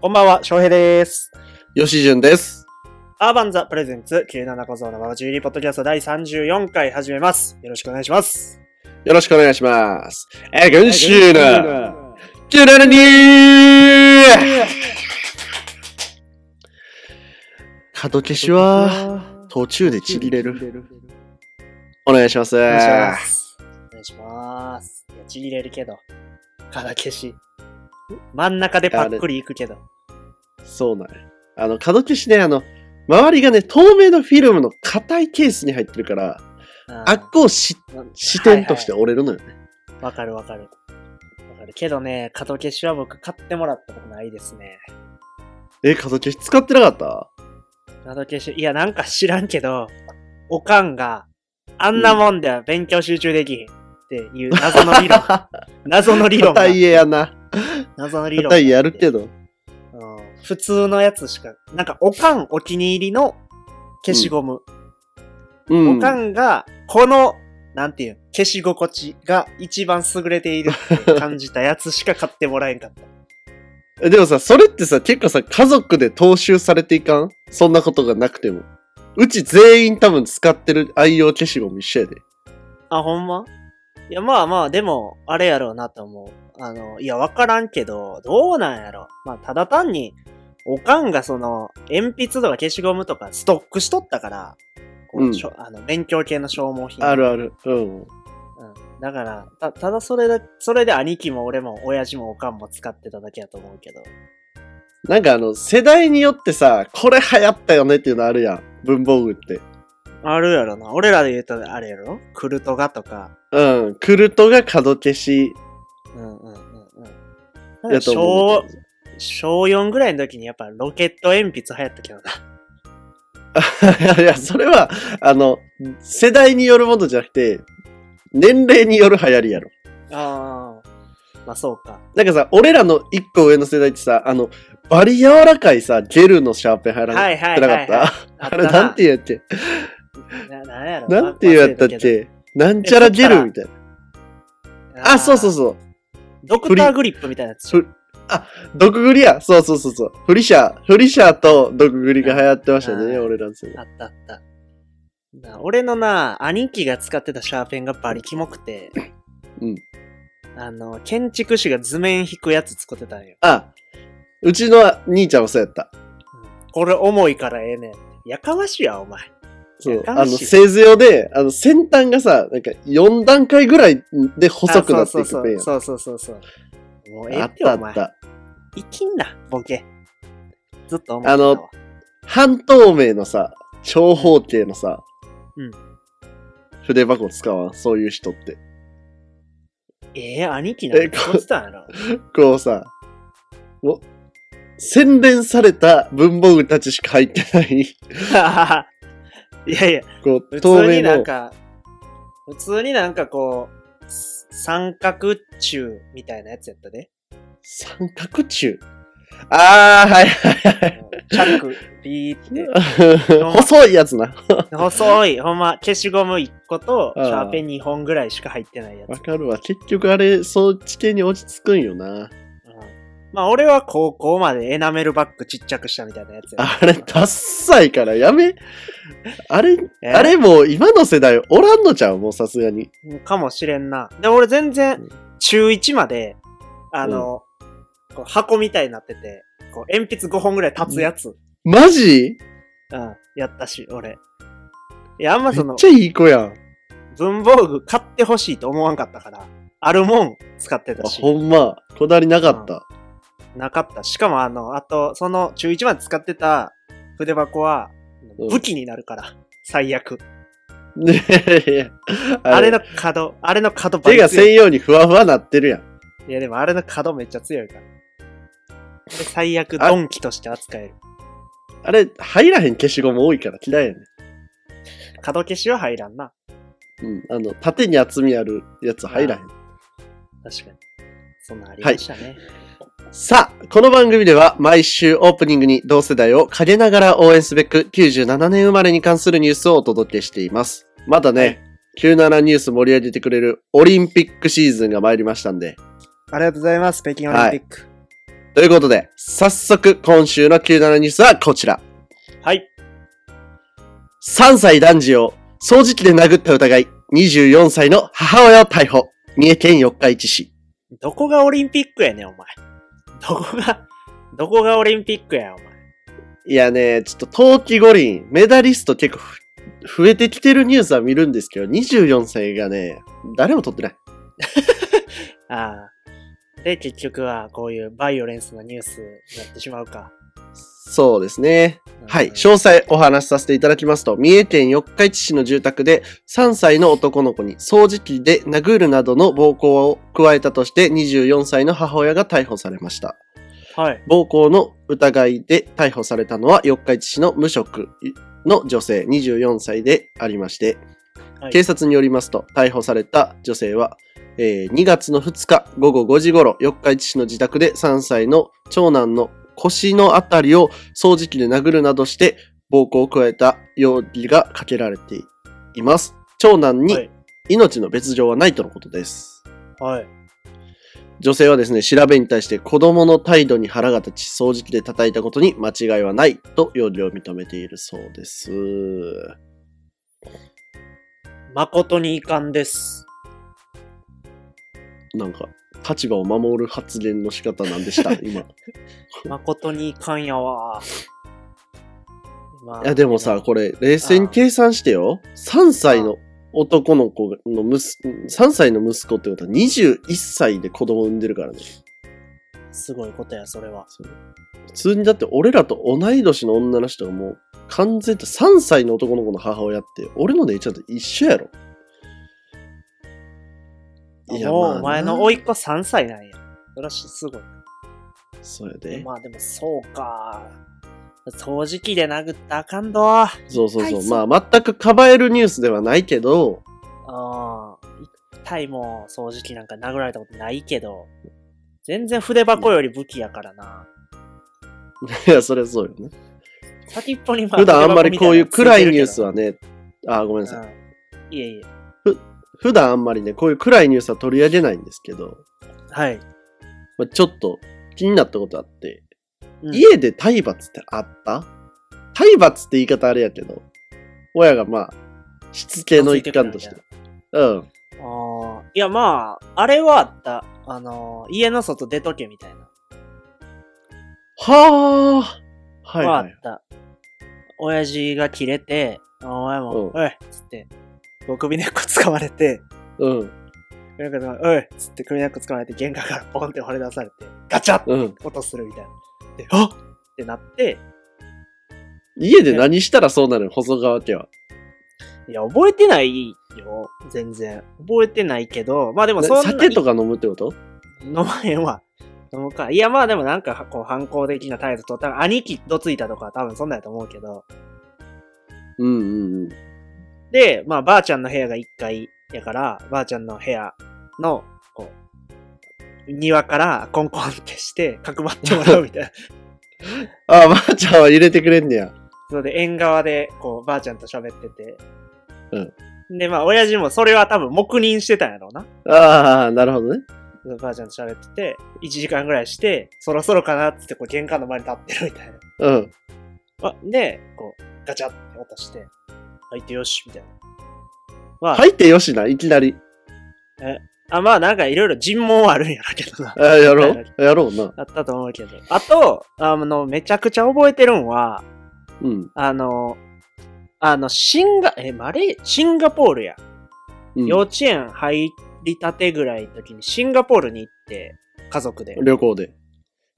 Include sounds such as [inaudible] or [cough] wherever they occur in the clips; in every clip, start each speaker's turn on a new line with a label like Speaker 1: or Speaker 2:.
Speaker 1: こんばんは、翔平です。
Speaker 2: よしじゅんです。
Speaker 1: アーバンザプレゼンツ97小僧のまま12ポッドキャスト第34回始めます。よろしくお願いします。
Speaker 2: よろしくお願いします。えー、今週の、ジュラルニー角消しは、途中でちぎれる。
Speaker 3: る。
Speaker 2: お願いします。
Speaker 1: お願いします。お願いします。いや、ちぎれるけど。から消し。真ん中でパックリいくけど。
Speaker 2: そうなんやあの、角消しね、あの、周りがね、透明のフィルムの硬いケースに入ってるから、
Speaker 1: あ
Speaker 2: あっこをし視点として
Speaker 1: わ、
Speaker 2: 折れるのよね。
Speaker 1: はいわかるわかる。わかる。けどね、角消しは僕買ってもらったことないですね。
Speaker 2: え、角消し使ってなかった [laughs]
Speaker 1: 謎消し、いや、なんか知らんけど、おかんが、あんなもんでは勉強集中できへんっていう謎の理論。謎の理論が
Speaker 2: 硬。い家やな。
Speaker 1: 謎の理論。
Speaker 2: 硬い家あるけど。
Speaker 1: うん普通のやつしか、なんか、おかんお気に入りの消しゴム。
Speaker 2: うん。
Speaker 1: おかんが、この、なんていうん消し心地が一番優れているって感じたやつしか買ってもらえんか
Speaker 2: [laughs]
Speaker 1: った。
Speaker 2: でもさ、それってさ、結構さ、家族で踏襲されていかんそんなことがなくても。うち全員多分使ってる愛用消しゴム一緒やで。
Speaker 1: あ、ほんまいや、まあまあ、でも、あれやろうなと思う。あの、いや、わからんけど、どうなんやろ。まあ、ただ単に、おかんがその、鉛筆とか消しゴムとかストックしとったから、こう
Speaker 2: うん
Speaker 1: しょあの勉強系の消耗品。
Speaker 2: あるある。うん。
Speaker 1: うん。だから、た、ただそれだ、それで兄貴も俺も親父もおかんも使ってただけやと思うけど。
Speaker 2: なんかあの、世代によってさ、これ流行ったよねっていうのあるやん。文房具って。
Speaker 1: あるやろな。俺らで言うと、あれやろクルトガとか。
Speaker 2: うん。クルトが角消し [laughs]
Speaker 1: うんうんうんうん。
Speaker 2: やと思う
Speaker 1: 小、小4ぐらいの時にやっぱロケット鉛筆流行ったけどな。
Speaker 2: ねんけど。いや、それは、あの、世代によるものじゃなくて、年齢による流行りやろ。
Speaker 1: ああ。まあそうか。
Speaker 2: なんかさ、俺らの一個上の世代ってさ、あの、バリ柔らかいさ、ジェルのシャーペン入らな
Speaker 1: はいはい
Speaker 2: って
Speaker 1: はい
Speaker 2: な
Speaker 1: はい
Speaker 2: かった
Speaker 1: あっ
Speaker 2: あ
Speaker 1: た
Speaker 2: れなんて言うやっけ
Speaker 1: ななんやろ
Speaker 2: なんて言うやったっ。
Speaker 1: 忘れ
Speaker 2: けなんちゃらジェルみたいな。
Speaker 1: けど
Speaker 2: あ、そうそうそう。
Speaker 1: ドクターグリップみたいなやつ。
Speaker 2: ふあ、毒グリや。そうそうそうそう。フリシャー。フリシャーと毒グリが流行ってましたね、
Speaker 1: うん
Speaker 2: 俺らの世代。
Speaker 1: あったあった。な俺のな、兄貴が使ってたシャーペンがバリキモくて。
Speaker 2: うん。
Speaker 1: あの、建築士が図面引くやつ使ってたんよ。
Speaker 2: あ、うちの兄ちゃんもそうやった。
Speaker 1: これ重いからええねん。やかましいわ、お前。
Speaker 2: そう。
Speaker 1: や
Speaker 2: あ
Speaker 1: かま
Speaker 2: の、
Speaker 1: しい
Speaker 2: 製図用で、あの、先端がさ、なんか4段階ぐらいで細くなってい
Speaker 1: あ
Speaker 2: く
Speaker 1: そう
Speaker 2: ペンやん
Speaker 1: そうそうそうそうそう。もうええ
Speaker 2: あ
Speaker 1: っ、
Speaker 2: ってたあ
Speaker 1: お
Speaker 2: っ
Speaker 1: 前。
Speaker 2: た。
Speaker 1: 生きんな、ボケ。ずっと思ってたわ。
Speaker 2: あの半透明のさ、長方形のさ、
Speaker 1: うん
Speaker 2: 筆箱使わん、そういう人って。
Speaker 1: ええ兄貴なん
Speaker 2: え
Speaker 1: て
Speaker 2: こ
Speaker 1: 使ってたんや
Speaker 2: [laughs]
Speaker 1: ろ。
Speaker 2: こうさ、もう、洗練された文房具たちしか入ってない、
Speaker 1: いやいや、
Speaker 2: こう、
Speaker 1: 普
Speaker 2: 透
Speaker 1: 通に
Speaker 2: 明
Speaker 1: なん
Speaker 2: の、
Speaker 1: か、普通になんかこう、す三角柱みたいなやつやった
Speaker 2: [laughs]
Speaker 1: で。
Speaker 2: 三角柱。あ
Speaker 1: [laughs]
Speaker 2: ー、はいはいは
Speaker 1: チ
Speaker 2: い。
Speaker 1: ャック、ビーって。
Speaker 2: 細いやつな。
Speaker 1: 細い、ほんま、消しゴム1個と、シ
Speaker 2: あー
Speaker 1: ャーペン2本ぐらいしか入ってないやつ
Speaker 2: わ。かるわ。結局あれ、そう、地形に落ち着くんよな。
Speaker 1: うんまあ、俺は高校までエナメルバッグちっちゃくしたみたいなやつや。
Speaker 2: あれ、ダッサいからやめ。あれ、
Speaker 1: え
Speaker 2: あれもう今の世代おらんのちゃうもうさすがに。
Speaker 1: かもしれんな。で、俺全
Speaker 2: う
Speaker 1: 然
Speaker 2: ん、
Speaker 1: 中1まで、あの、こう箱みたいになってて、こう鉛筆5本ぐらい立つやつ、うん、
Speaker 2: マジ
Speaker 1: やったし、俺。いや、あんま
Speaker 2: め
Speaker 1: そ
Speaker 2: っ
Speaker 1: の、
Speaker 2: ちゃいい子やん。
Speaker 1: 文房具買ってほしいと思わんかったから、あるもん使ってた
Speaker 2: あ
Speaker 1: し、
Speaker 2: ほんま、こだわりなかった。
Speaker 1: なかった。しかもあの、あと、その中1まで使ってた筆箱は、
Speaker 2: うん
Speaker 1: 武器になるから、最悪。
Speaker 2: [laughs] ねえ、
Speaker 1: あれの角、あれの角ば
Speaker 2: 手
Speaker 1: り
Speaker 2: が
Speaker 1: 強い
Speaker 2: 専用にふわふわなってるやん。
Speaker 1: いやでもあれの角めっちゃ強いから。で最悪
Speaker 2: あ
Speaker 1: ドンキとして扱える。
Speaker 2: あれ、入らへん消しゴム多いから嫌いやね
Speaker 1: 角消しは入らんな。
Speaker 2: うん。あの、縦に厚みあるやつ入らへん。
Speaker 1: 確かに。そんなんありましたね。
Speaker 2: さあ、この番組では毎週オープニングに同世代を陰ながら応援すべく97年生まれに関するニュースをお届けしています。まだね、
Speaker 1: はい
Speaker 2: 97ニュース盛り上げてくれるオリンピックシーズンが参りましたんで、
Speaker 1: ありがとうございます。北京オリンピック。
Speaker 2: ということで、早速今週の97ニュースはこちら。
Speaker 1: はい。
Speaker 2: 3歳男児を掃除機で殴った疑い、24歳の母親を逮捕。三重県四日市市。
Speaker 1: どこがオリンピックやねん、お前。どこが、どこがオリンピックや、お前。
Speaker 2: いやね、ちょっと冬季五輪、メダリスト結構ふ増えてきてるニュースは見るんですけど、24歳がね、誰も取ってない。
Speaker 1: ああ。で、結局は、こういうバイオレンスなニュースになってしまうか。
Speaker 2: そうですね。はい。
Speaker 1: しょ
Speaker 2: 詳細お話しさせていただきますと、三重県四日市市の住宅で3歳の男の子に掃除機で殴るなどの暴行を加えたとして24歳の母親が逮捕されました。
Speaker 1: はい。
Speaker 2: 暴行の疑いで逮捕されたのは四日市市の無職の女性24歳でありまして、
Speaker 1: はい
Speaker 2: 警察によりますと、逮捕された女性は、えー2月の2日午後5時頃、四日市市の自宅で3歳の長男の腰のあたりを掃除機で殴るなどして暴行を加えた容疑がかけられています。長男
Speaker 1: は
Speaker 2: に
Speaker 1: い。
Speaker 2: 命の別状はないとのことです。
Speaker 1: はい。
Speaker 2: 女性はですね、調べに対して子供の態度に腹が立ち、掃除機で叩いたことに間違いはないと容疑を認めているそうです。
Speaker 1: 誠に遺憾です。
Speaker 2: なんか、立場を守る発言の仕方なんでした今。い
Speaker 1: 誠に遺憾やわ。まあ
Speaker 2: や、でもさ、、これ、冷静に計算してよ。3歳の男の子のむす、3歳の息子ってことは21歳で子供産んでるからね。
Speaker 1: すごいことや、それは。
Speaker 2: そう普通にだって俺らと同い年の女の人がもう完全と3歳の男の子の母親って俺の姉ちゃんと一緒やろ。
Speaker 1: もう、お前の甥
Speaker 2: い。
Speaker 1: っ子3歳なんや。そらし、すごい。
Speaker 2: それで。
Speaker 1: まあでも、そうか。掃除機で殴ったらあかんど。あ
Speaker 2: そうそう
Speaker 1: 痛
Speaker 2: そ。
Speaker 1: いうぞ
Speaker 2: まあ全くかばえるニュースではないけど、 [laughs]
Speaker 1: あ。一体もう、掃除機なんか殴られたことないけど。全然筆箱より武器やからな。
Speaker 2: いや、それはそうよね。
Speaker 1: 先っぽにま
Speaker 2: 普段あんまりこういう暗いニュース
Speaker 1: は。
Speaker 2: はね、あー、ごめんなさい。
Speaker 1: うんいえいえ。
Speaker 2: 普段あんまりね、こういう暗いニュースは取り上げないんですけど、
Speaker 1: はい。
Speaker 2: まあ、ちょっと気になったことあって、
Speaker 1: うん
Speaker 2: 家で体罰ってあった体罰って言い方あれやけど、親がまあ、しつけの一環として。うん。
Speaker 1: ああ、いやまあ、あれはあった。あのー、家の外出とけみたいな。
Speaker 2: はあ。はい、
Speaker 1: はあ
Speaker 2: は
Speaker 1: っ
Speaker 2: い。
Speaker 1: た。親父が切れて、お前
Speaker 2: う
Speaker 1: も
Speaker 2: ん、
Speaker 1: おいっつって、こう首根っこ掴まれて、
Speaker 2: うん。
Speaker 1: 首根っこ掴まれて、おいっつって首根っこ掴まれて、玄関からポンって掘り出されて、ガチャッ
Speaker 2: うん。
Speaker 1: 音するみたいな。で、あっってなって、
Speaker 2: 家で何したらそうなるの細川家は。
Speaker 1: いや、覚えてないよ。全然。覚えてないけど、まあでもそんな。
Speaker 2: 酒とか飲むってこと
Speaker 1: 飲まへんわ。飲むか。いや、まあでもなんか、こう、反抗的な態度と、多分兄貴どついたとか、多分そんなんやと思うけど。
Speaker 2: うんうんうん。
Speaker 1: で、まあ、ばあちゃんの部屋が1階やから、ばあちゃんの部屋の、こう、庭からコンコンってして、かくまってもらうみたい
Speaker 2: [laughs]
Speaker 1: な。
Speaker 2: ああ、ばあちゃんは入れてくれんねや。
Speaker 1: そうで、縁側で、こう、ばあちゃんと喋ってて。。
Speaker 2: うん
Speaker 1: で、まあ、親父もそれは多分黙認してたんやろうな。
Speaker 2: ああ、なるほどね。
Speaker 1: そうばあちゃんと喋ってて、1時間ぐらいして、そろそろかなっつって、こう、玄関の前に立ってるみたいな。 [laughs]
Speaker 2: うん。
Speaker 1: あ、で、こう、ガチャって渡して、入ってよし、みたいな。まあ、
Speaker 2: 入ってよしな、いきなり。
Speaker 1: あまあなんかいろいろ尋問はあるんやろうけどな。 [laughs]
Speaker 2: ああやろうやろうな。
Speaker 1: あったと思うけど。あと、あの、めちゃくちゃ覚えてるんは、
Speaker 2: うん。
Speaker 1: あの、あの、シンガ、え、マレー、シンガポールや。
Speaker 2: うん、
Speaker 1: 幼稚園入りたてぐらいの時にシンガポールに行って、家族で、
Speaker 2: 旅行で。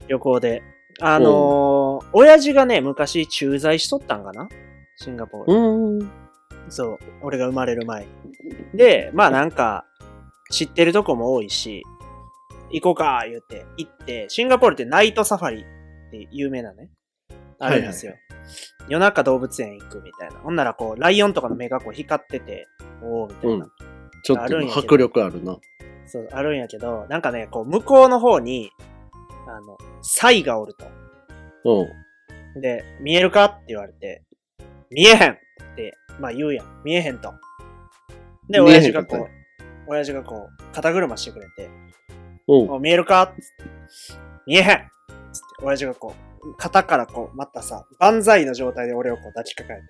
Speaker 1: 旅行で。あのー、親父がね、昔駐在しとったんかなシンガポール。
Speaker 2: うん。
Speaker 1: そう、俺が生まれる前に。で、まあなんか、知ってるとこも多いし、行こうか、言って、行って、シンガポールってナイトサファリって有名なね、あるんですよ。
Speaker 2: は
Speaker 1: 夜中動物園行くみたいな。ほんならこう、ライオンとかの目がこう光ってて、おおみたいな、
Speaker 2: うんちょっと迫力あるな。
Speaker 1: そう、あるんやけど、なんかね、こう、向こうの方に、あの、サイがおると。
Speaker 2: うん。
Speaker 1: で、見えるかって言われて、見えへんって、まあ言うやん。見えへんと。で、
Speaker 2: 見え
Speaker 1: 親
Speaker 2: へん
Speaker 1: 父がこ
Speaker 2: か
Speaker 1: う、親父がこう、肩車してくれて、
Speaker 2: うん。
Speaker 1: お見えるかっつって見えへん親父がこう、肩からこう、またさ、万歳の状態で俺をこう抱きかかえて、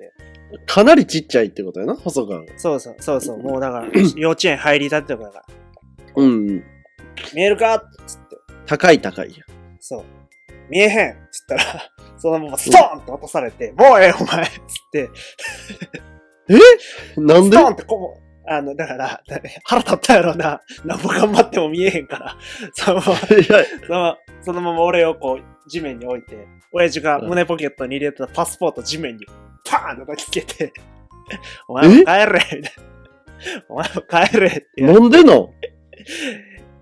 Speaker 2: かなりちっちゃいってことやな、細川。
Speaker 1: そうそう、そうそう、もうだ
Speaker 2: [clears throat]
Speaker 1: から、幼稚園入りたてとかだから、
Speaker 2: うん。
Speaker 1: 見えるかっつって、
Speaker 2: 高い高いや。
Speaker 1: そう、見えへんっつったら、そのままストーンって落とされて、もうええお前っつって、
Speaker 2: なん
Speaker 1: ス
Speaker 2: で
Speaker 1: トーンってこも、あの、だから、だ腹立ったやろな。なんぼ頑張っても見えへんから、 [laughs] そのまま、
Speaker 2: いや、
Speaker 1: そのままそのまま俺をこう、地面に置いて、親父が胸ポケットに入れてたパスポート地面に、パーンと抱きつけて、 [laughs] お前も帰れみ [laughs] たいな。お前も帰れって言われて。
Speaker 2: なんでの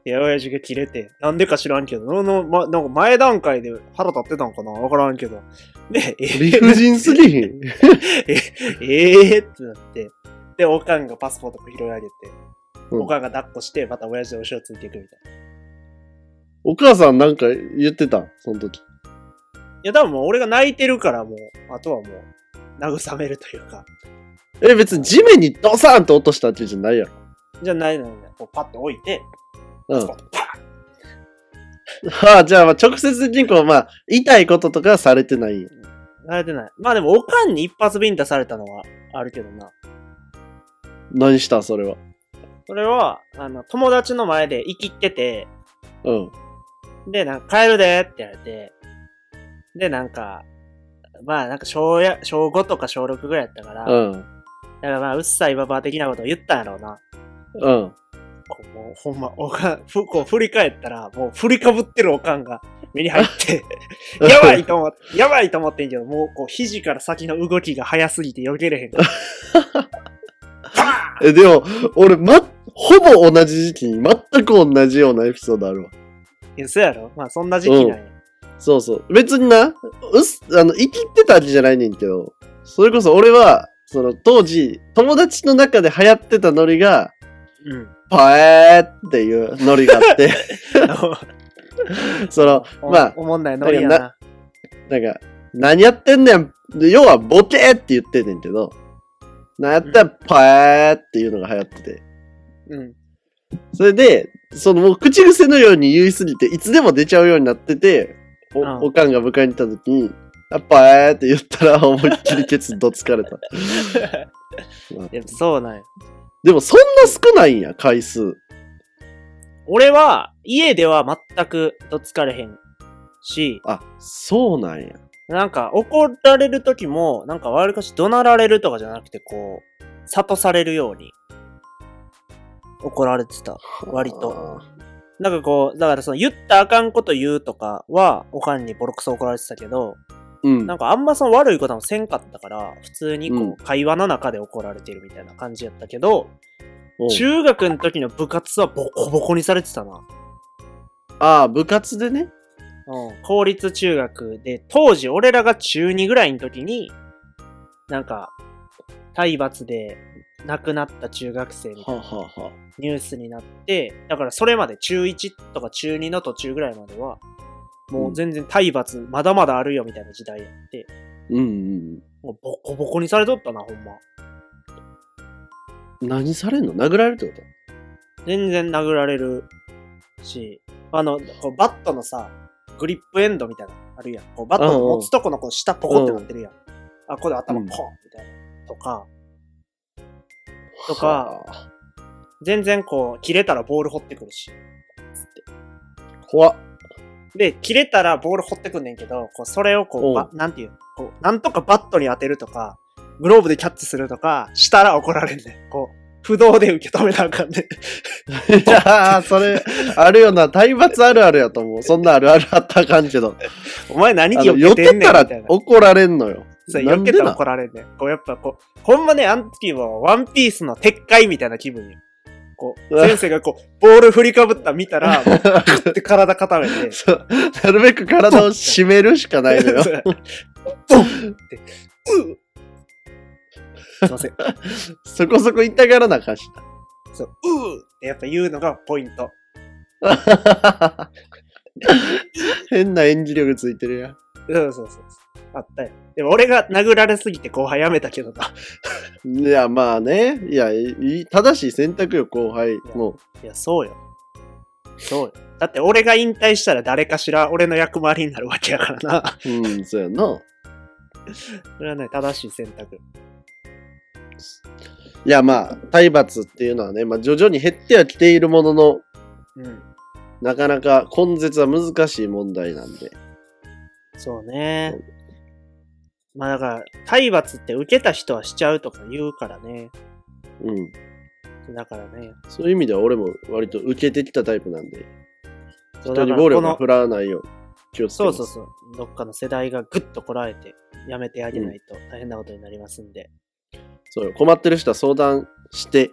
Speaker 1: いや、親父が切れて、なんでか知らんけど、のの、ま、なんか前段階で腹立ってたんかなわからんけど。で、え
Speaker 2: 理不尽すぎひん。
Speaker 1: [laughs] ええー、ってなって、で、おかんがパスポート拾い上げて、
Speaker 2: うん
Speaker 1: おかんが抱っこして、また親父の後ろついていくみたいな。
Speaker 2: お母さんなんか言ってたその時。
Speaker 1: いや、多分もう俺が泣いてるから、もう、あとはもう、慰めるというか、
Speaker 2: え、別に地面にドサーンと落としたってじゃないやろ。
Speaker 1: じゃあないのよね。こうパッと置いて、
Speaker 2: う
Speaker 1: ス
Speaker 2: ん
Speaker 1: ポ。ッとパ
Speaker 2: はあ、じゃあ、まあ、直接的にこう、まあ、痛いこととかはされてないんや。
Speaker 1: ン慣れてない。まあでも、おかんに一発ビンタされたのはあるけどな。
Speaker 2: 何したんそれは。
Speaker 1: それは、あの、友達の前で生きってて、
Speaker 2: うん。
Speaker 1: で、なんか帰るでって言われて、で、なんか、まあなんか小や小5とか小6ぐらいやったから、
Speaker 2: うん。
Speaker 1: だからまあ、うっさいばばあ的なことを言ったんやろうな。
Speaker 2: うん。
Speaker 1: こうもうほんま、おかん、ふこう振り返ったら、もう振りかぶってるおかんが目に入
Speaker 2: [laughs]
Speaker 1: って、やばいと思って、やばいと思ってんけど、もうこう肘から先の動きが早すぎて避けれへんから。
Speaker 2: え、でも、俺、ま、ほぼ同じ時期に全く同じようなエピソードあるわ。
Speaker 1: いや、そうやろまあそんな時期なんや。
Speaker 2: そうそう。別にな、うす、あの、生きてたわけじゃないねんけど、それこそ俺は、その当時、友達の中で流行ってたノリが、
Speaker 1: うん。
Speaker 2: パエーっていうノリがあって、その、
Speaker 1: お
Speaker 2: [laughs] まあ、
Speaker 1: おもんないノリやな。
Speaker 2: なんか、何やってんねん。で要は、ボケーって言ってんねんけど、なんやったら、パエーっていうのが流行ってて。
Speaker 1: うん。
Speaker 2: それで、そのもう口癖のように言いすぎて、いつでも出ちゃうようになってて、お、
Speaker 1: うん
Speaker 2: おかんが迎えに行った時に、あパエーって言ったら、 [laughs] 思いっきりケツどつか
Speaker 1: [laughs]
Speaker 2: れた。まあ
Speaker 1: いや、そうなんや。
Speaker 2: でも、そんな少ないんや、回数。
Speaker 1: 俺は、家では全くどつかれへんし、
Speaker 2: あ、そうなんや。
Speaker 1: なんか怒られる時も、なんかわりかし怒鳴られるとかじゃなくて、こう、諭されるように怒られてた。割と
Speaker 2: あ
Speaker 1: なんかこう、だからその言ったらあかんこと言うとかは、おかんにボロクソ怒られてたけど、
Speaker 2: ー。うん
Speaker 1: な。んかあんまその悪いこともせんかったから、普通に
Speaker 2: う
Speaker 1: こ
Speaker 2: ん
Speaker 1: う、会話の中で怒られてるみたいな感じやったけど、
Speaker 2: おう
Speaker 1: 中学の時の部活はボコボコにされてたな。
Speaker 2: ああ、部活でね。
Speaker 1: うん、公立中学で、当時俺らが中2ぐらいの時に、なんか、体罰で亡くなった中学生みた
Speaker 2: はいあ、
Speaker 1: な
Speaker 2: はあはあ、
Speaker 1: ニュースになって、だからそれまで中1とか中2の途中ぐらいまでは、もう全然体罰まだまだあるよみたいな時代やって、
Speaker 2: うんうん
Speaker 1: もうボコボコにされとったな、ほんま。
Speaker 2: うん。何されんの殴られるってこと
Speaker 1: 全然殴られるし、あの、こうバットのさ、グリップエンドみたいな、あるやん。こうバットの持つとこのこう下ポコってなってるやん。あ、ここで頭ポン
Speaker 2: うん
Speaker 1: みたいな。とか、とか
Speaker 2: はあ
Speaker 1: 全然こう、切れたらボール掘ってくるし。
Speaker 2: 怖っ。 [laughs]
Speaker 1: で、切れたらボール掘ってくんねんけど、こう、それをこ
Speaker 2: お
Speaker 1: う
Speaker 2: う
Speaker 1: ば、なんていう、こう、なんとかバットに当てるとか、グローブでキャッチするとか、したら怒られんねん。こう、不動で受け止めなあかん
Speaker 2: [laughs]
Speaker 1: ねん。
Speaker 2: いやー、それ、あるよな。体罰あるあるやと思う。そんなあるあるあったらあかんけど。
Speaker 1: お前何
Speaker 2: あ
Speaker 1: 気
Speaker 2: の、
Speaker 1: 避
Speaker 2: 寄っ
Speaker 1: けて
Speaker 2: て
Speaker 1: んね
Speaker 2: た
Speaker 1: ん
Speaker 2: ら
Speaker 1: みたいな。
Speaker 2: 怒られんのよ。
Speaker 1: そう、
Speaker 2: な
Speaker 1: 避
Speaker 2: ん
Speaker 1: け
Speaker 2: で
Speaker 1: たら
Speaker 2: な
Speaker 1: 怒られんねん。こう、やっぱこう、ほんまね、あの時は、ワンピースの撤回みたいな気分よ。こう、
Speaker 2: うわ
Speaker 1: 先生がこう、ボール振りかぶった見た
Speaker 2: [laughs]
Speaker 1: ら、もう、グッて体固めて、
Speaker 2: そうなるべく体を締めるしかないの
Speaker 1: [laughs]
Speaker 2: よ。
Speaker 1: そうドンって、ううすいません。
Speaker 2: [laughs] そこそこ痛がらなあかんし
Speaker 1: そう、ううってやっぱ言うのがポイント。
Speaker 2: な。 [laughs] 変な演技力ついてるやん。
Speaker 1: そうそうそうそう。あったよ。でも俺が殴られすぎて後輩やめたけどな。
Speaker 2: いや、まあね。いや、いい正しい選択よ、後輩も。
Speaker 1: いや、そうよ。そうよ。だって俺が引退したら誰かしら俺の役回りになるわけやからな。
Speaker 2: うん、そうやな。
Speaker 1: それはね、正しい選択。
Speaker 2: いや、まあ、体罰っていうのはね、まあ、徐々に減ってはきているものの、
Speaker 1: うん。
Speaker 2: なかなか根絶は難しい問題なんで。
Speaker 1: そうね。まあだから、体罰って受けた人はしちゃうとか言うからね。
Speaker 2: うん。
Speaker 1: だからね。
Speaker 2: そういう意味では俺も割と受けてきたタイプなんで、
Speaker 1: そう
Speaker 2: 人
Speaker 1: だ
Speaker 2: に
Speaker 1: から
Speaker 2: 暴
Speaker 1: こ
Speaker 2: 力が
Speaker 1: の
Speaker 2: 振らわないように気をつけ
Speaker 1: そ
Speaker 2: ま
Speaker 1: う
Speaker 2: す。
Speaker 1: そうそう。どっかの世代がぐっとこらえて、やめてあげないと大変なことになりますんで。
Speaker 2: そうよ困ってる人は相談して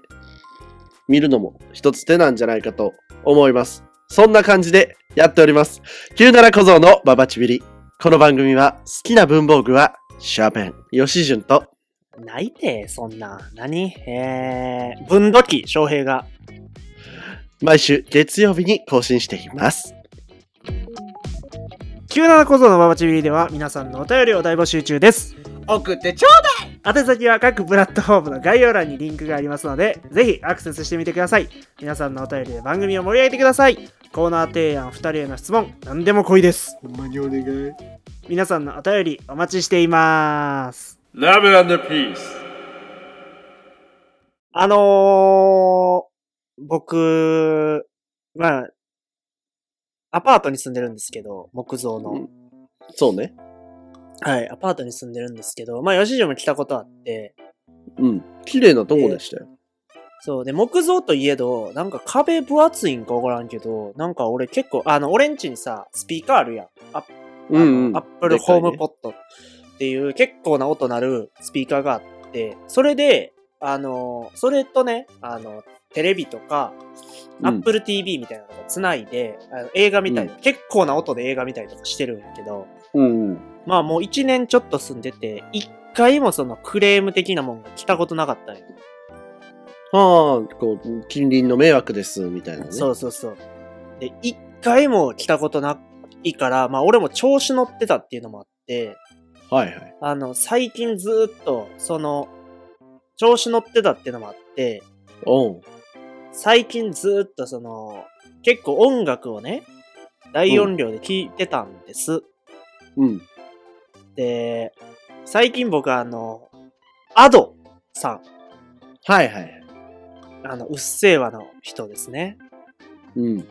Speaker 2: みるのも一つ手なんじゃないかと思います。そんな感じでやっております。97小僧のババチビリ。この番組は好きな文房具はシャーペン、吉潤と
Speaker 1: ないて、そんな。何えー、分度器、翔平が。
Speaker 2: 毎週月曜日に更新しています。
Speaker 1: 97小僧のババチビリでは皆さんのお便りを大募集中です。
Speaker 3: 送ってちょ
Speaker 1: 宛先は各プラットフォームの概要欄にリンクがありますので、ぜひアクセスしてみてください。皆さんのお便りで番組を盛り上げてください。コーナー提案、2人への質問、何でも恋です。
Speaker 3: ほんまにお願い
Speaker 1: 皆さんのお便りお待ちしています。
Speaker 4: Love and peace.
Speaker 1: あのー、僕、まあ、アパートに住んでるんですけど、木造の。
Speaker 2: うんそうね。
Speaker 1: はい、アパートに住んでるんですけど、まあ、吉住も来たことあって、
Speaker 2: うん。綺麗なとこでしたよ。
Speaker 1: そう、で、木造といえど、なんか壁分厚いんかわからんけど、なんか俺結構、あの、俺んちにさ、スピーカーあるやん。あ
Speaker 2: う
Speaker 1: あ
Speaker 2: ん、うん。
Speaker 1: のアップルホームポットっていう結構な音鳴るスピーカーがあって、それで、あの、それとね、あの、テレビとか、
Speaker 2: うん
Speaker 1: Apple TV みたいなのをつないで、あの映画見たり、
Speaker 2: う
Speaker 1: 結構な音で映画見たりとかしてるんやけど、
Speaker 2: うんうん。
Speaker 1: まあもう1年ちょっと住んでて、1回もそのクレーム的なもんが来たことなかったんや。
Speaker 2: はあ、こう、近隣の迷惑です、みたいなね。
Speaker 1: そうそうそう。で、一回も来たことないから、まあ俺も調子乗ってたっていうのもあって、
Speaker 2: はいはい。
Speaker 1: あの、最近ずーっと、その、調子乗ってたっていうのもあって、
Speaker 2: おう。
Speaker 1: 最近ずーっとその、結構音楽をね、大音量で聴いてたんです。
Speaker 2: うん。
Speaker 1: で、最近僕あの、アドさん、
Speaker 2: はいはいはい。
Speaker 1: あの、うっせぇわの人ですね。
Speaker 2: うん。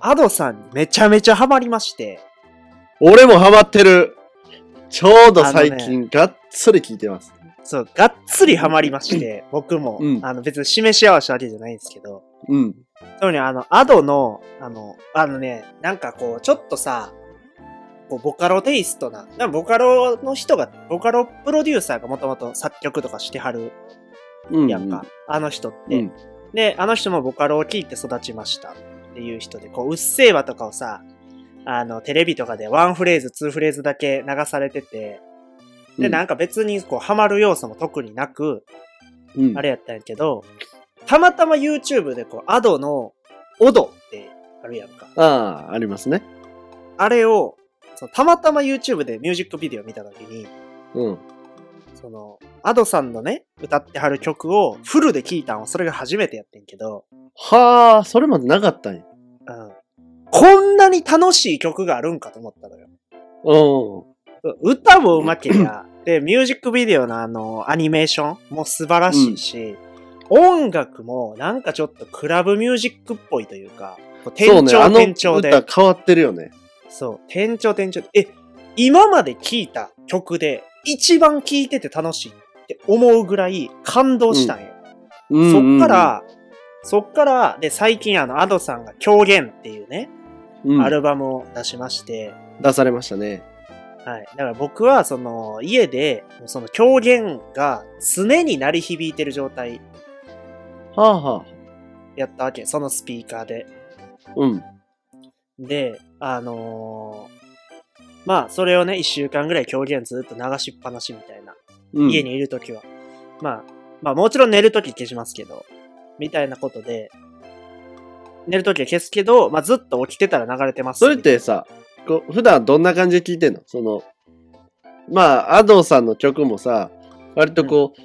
Speaker 1: アドさんにめちゃめちゃハマりまして、
Speaker 2: 俺もハマってるちょうど最
Speaker 1: あの
Speaker 2: 近、がっつり聞いてます。
Speaker 1: そう、がっつりハマりまして、僕も、
Speaker 2: うん
Speaker 1: あの、別に示し合わせたわけじゃないんですけど、
Speaker 2: うん。
Speaker 1: 特にあの、アドの、あの、あのね、なんかこう、ちょっとさ、こう、ボカロテイストな、なんかボカロの人が、ボカロプロデューサーがもともと作曲とかしてはる
Speaker 2: うん、
Speaker 1: やんか、あの人って、
Speaker 2: うん
Speaker 1: で、あの人もボカロを聴いて育ちましたっていう人で、こう、うっせぇわとかをさ、あの、テレビとかでワンフレーズ、ツーフレーズだけ流されてて、
Speaker 2: う
Speaker 1: で、
Speaker 2: ん
Speaker 1: なんか別にこう、ハマる要素も特になく、
Speaker 2: うん。
Speaker 1: あれやったんやけど、たまたま YouTube でこう、アドの、オドってあるやんか。
Speaker 2: ああ、ありますね。
Speaker 1: あれを、そのたまたま YouTube でミュージックビデオ見たときに、
Speaker 2: うん。
Speaker 1: その、アドさんのね、歌ってはる曲をフルで聴いたんはそれが初めてやってんけど、
Speaker 2: はあ、それまでなかったんや。
Speaker 1: うん。こんなに楽しい曲があるんかと思ったのよ。
Speaker 2: うん。
Speaker 1: 歌もうまけり
Speaker 2: [coughs]
Speaker 1: ゃ、で、ミュージックビデオのあの、アニメーションも素晴らしいし、音楽もなんかちょっとクラブミュージックっぽいというか、こう転
Speaker 2: そうね、
Speaker 1: 調
Speaker 2: あの
Speaker 1: 転調で。
Speaker 2: 歌変わってるよね。
Speaker 1: そう、転調転調。え、今まで聴いた曲で一番聴いてて楽しいって思うぐらい感動したんよ。
Speaker 2: うんうんう
Speaker 1: そ
Speaker 2: ん
Speaker 1: っか、ら、そっから、で、最近あの、アドさんが狂言っていうね、
Speaker 2: うん
Speaker 1: アルバムを出しまして、
Speaker 2: 出されましたね。
Speaker 1: はい。だから僕は、その、家で、その狂言が常に鳴り響いてる状態
Speaker 2: はあは
Speaker 1: やったわけ。そのスピーカーで。
Speaker 2: あ。うん。
Speaker 1: で、あのーまあ、それをね、一週間ぐらい狂言ずっと流しっぱなしみたいな。
Speaker 2: うん、
Speaker 1: 家。にいるときは。まあ、まあもちろん寝るとき消しますけど、みたいなことで、寝るときは消すけど、まあずっと起きてたら流れてます。
Speaker 2: それってさ、こう普段どんな感じで聞いてんのその、まあ、アドさんの曲もさ、割とこう、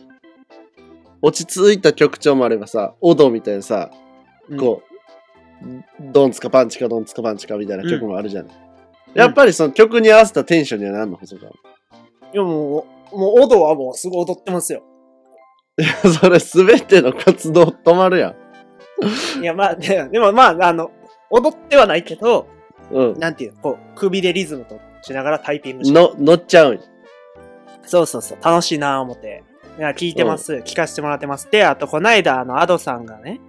Speaker 2: 落ち着いた曲調もあればさ、オドみたいなさ、
Speaker 1: うん、
Speaker 2: こう、ドンツカパンチかドンツカパンチかみたいな曲もあるじゃない。やっぱりその曲に合わせたテンションにはなんの細川 [laughs]
Speaker 1: いやもう、もう、オドはもうすごい踊ってますよ。
Speaker 2: それ全ての活動止まるやん。
Speaker 1: いや、まあ、ででもまあ、あの、踊ってはないけど、
Speaker 2: うん。
Speaker 1: なんていうの、こう、首でリズムとしながらタイピングして。
Speaker 2: の、乗っちゃうんや。
Speaker 1: そうそうそう、楽しいなぁ思って。いや、聞いてます、聞かせてもらってます。で、あと、こないだ、あの、アドさんがね、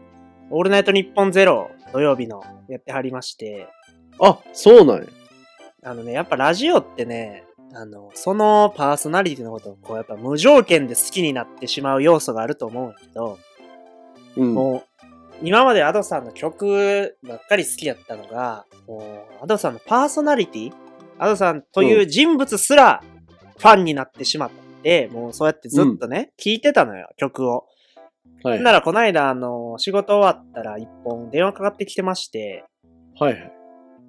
Speaker 1: オールナイトニッポンゼロ、土曜日の、やってはりまして、
Speaker 2: あ、そうなんや。
Speaker 1: あのね、やっぱラジオってね、あの、そのパーソナリティのことを、こう、やっぱ無条件で好きになってしまう要素があると思うんだけど、
Speaker 2: うん。
Speaker 1: もう、今までアドさんの曲ばっかり好きやったのが、もう、アドさんのパーソナリティアドさんという人物すらファンになってしまって、もうそうやってずっとね、聴、いてたのよ、曲を。
Speaker 2: はい。
Speaker 1: な
Speaker 2: はい
Speaker 1: ら、こないだ、あの、仕事終わったら一本電話かかってきてまして、
Speaker 2: はい。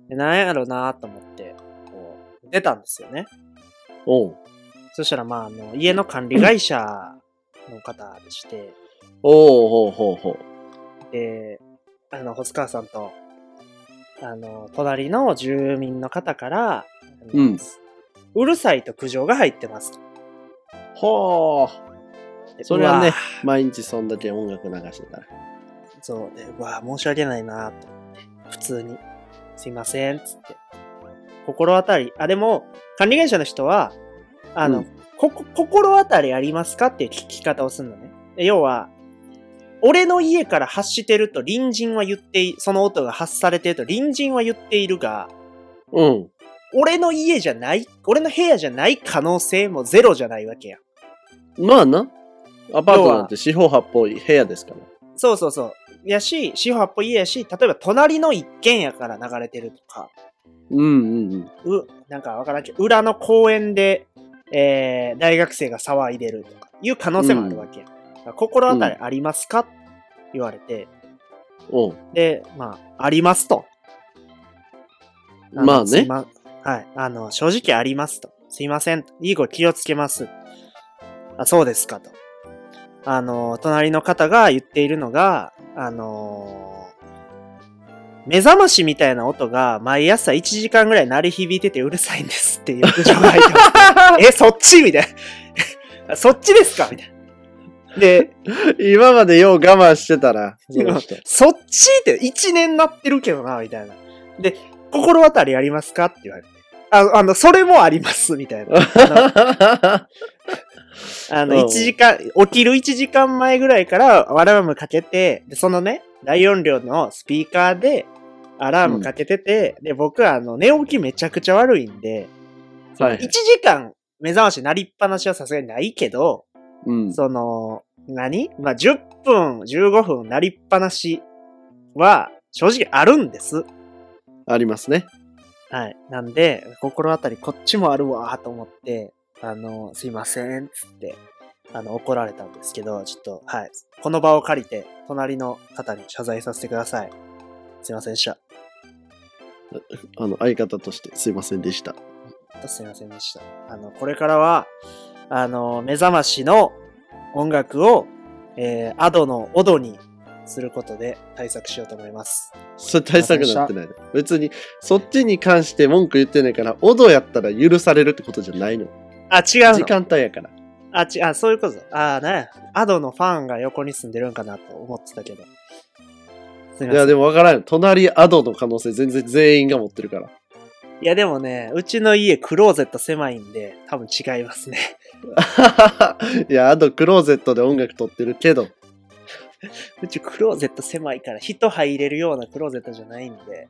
Speaker 1: でなんやろなと思って、こう、出たんですよね。
Speaker 2: おう。
Speaker 1: そしたら、まあ、あの、家の管理会社の方でして、
Speaker 2: おうほうほうほう。
Speaker 1: で、あの、細川さんと、あの、隣の住民の方から、あの
Speaker 2: うん
Speaker 1: うるさいと苦情が入ってます。
Speaker 2: はあ。
Speaker 1: で
Speaker 2: それはね
Speaker 1: うわ
Speaker 2: 毎日そんだけ音楽流してたら。
Speaker 1: そう、でうわ申し訳ないなと思って、普通に、すいません、つって。心当たり、あ、でも、管理会社の人は、あの、
Speaker 2: うん
Speaker 1: ここ心当たりありますかっていう聞き方をするのね。で要は、俺の家から発してると隣人は言ってい、その音が発されてると隣人は言っているが、
Speaker 2: うん。
Speaker 1: 俺の家じゃない、俺の部屋じゃない可能性もゼロじゃないわけやん。
Speaker 2: まあな。アパー
Speaker 1: 要
Speaker 2: ト
Speaker 1: は
Speaker 2: なんて四方八方部屋ですから。
Speaker 1: そうそうそう。やし、四方八方家やし、例えば隣の一軒家から流れてるとか、
Speaker 2: うんうんうん。
Speaker 1: う、なんかわからんけど、裏の公園で、えー、大学生が騒いでるとか、いう可能性もあるわけやん。だから心当たりありますか、言われて、
Speaker 2: おう。
Speaker 1: で、まあ、ありますと。の
Speaker 2: まあ
Speaker 1: すい
Speaker 2: ね。
Speaker 1: まはい。あの、正直ありますと。すいません。いい子気をつけます。あ、そうですかと。あの、隣の方が言っているのが、あの目覚ましみたいな音が毎朝1時間ぐらい鳴り響いててうるさいんですっていう苦情が入ってます。
Speaker 2: [laughs]
Speaker 1: え、そっちみたいな。 [laughs] そっちですかみたいな。で、
Speaker 2: 今までよう我慢してたな。その人。
Speaker 1: そっちって一年なってるけどな、みたいな。で、心当たりありますかって言われて。ああの、それもあります、みたい
Speaker 2: [laughs]
Speaker 1: な。あ
Speaker 2: うん
Speaker 1: の、一時間、起きる1時間前ぐらいからアラームかけて、で、そのね、大音量のスピーカーでアラームかけてて、で、僕はあの、寝起きめちゃくちゃ悪いんで、
Speaker 2: は
Speaker 1: 1
Speaker 2: い。
Speaker 1: 時間目覚ましなりっぱなしはさすがにないけど、
Speaker 2: [laughs] うん。
Speaker 1: その、何まあ、10分、15分なりっぱなしは、正直あるんです。
Speaker 2: ありますね。
Speaker 1: はい。なんで、心当たりこっちもあるわーと思って、あの、すいません、つって、あの、怒られたんですけど、ちょっと、はい。この場を借りて、隣の方に謝罪させてください。すいませんでした。
Speaker 2: あの、相方としてすいませんでした。
Speaker 1: ほんとすいませんでした。あの、これからは、あの、目覚ましの音楽を、えー、アドのオドにすることで対策しようと思います。
Speaker 2: それ対策になってないの。別に、そっちに関して文句言ってないから、オドやったら許されるってことじゃないの。
Speaker 1: あ、違う
Speaker 2: 時
Speaker 1: の
Speaker 2: 間帯やから。
Speaker 1: あ、ち、あ、そういうこと。あー、なんや。アドのファンが横に住んでるんかなと思ってたけど。すみません。
Speaker 2: いや、でもわからんよ。隣アドの可能性全然全員が持ってるから。
Speaker 1: いやでもね、うちの家クローゼット狭いんで、多分違いますね。 [laughs]
Speaker 2: [laughs] いや、アドクローゼットで音楽撮ってるけど。
Speaker 1: うちクローゼット狭いから、人入れるようなクローゼットじゃないんで、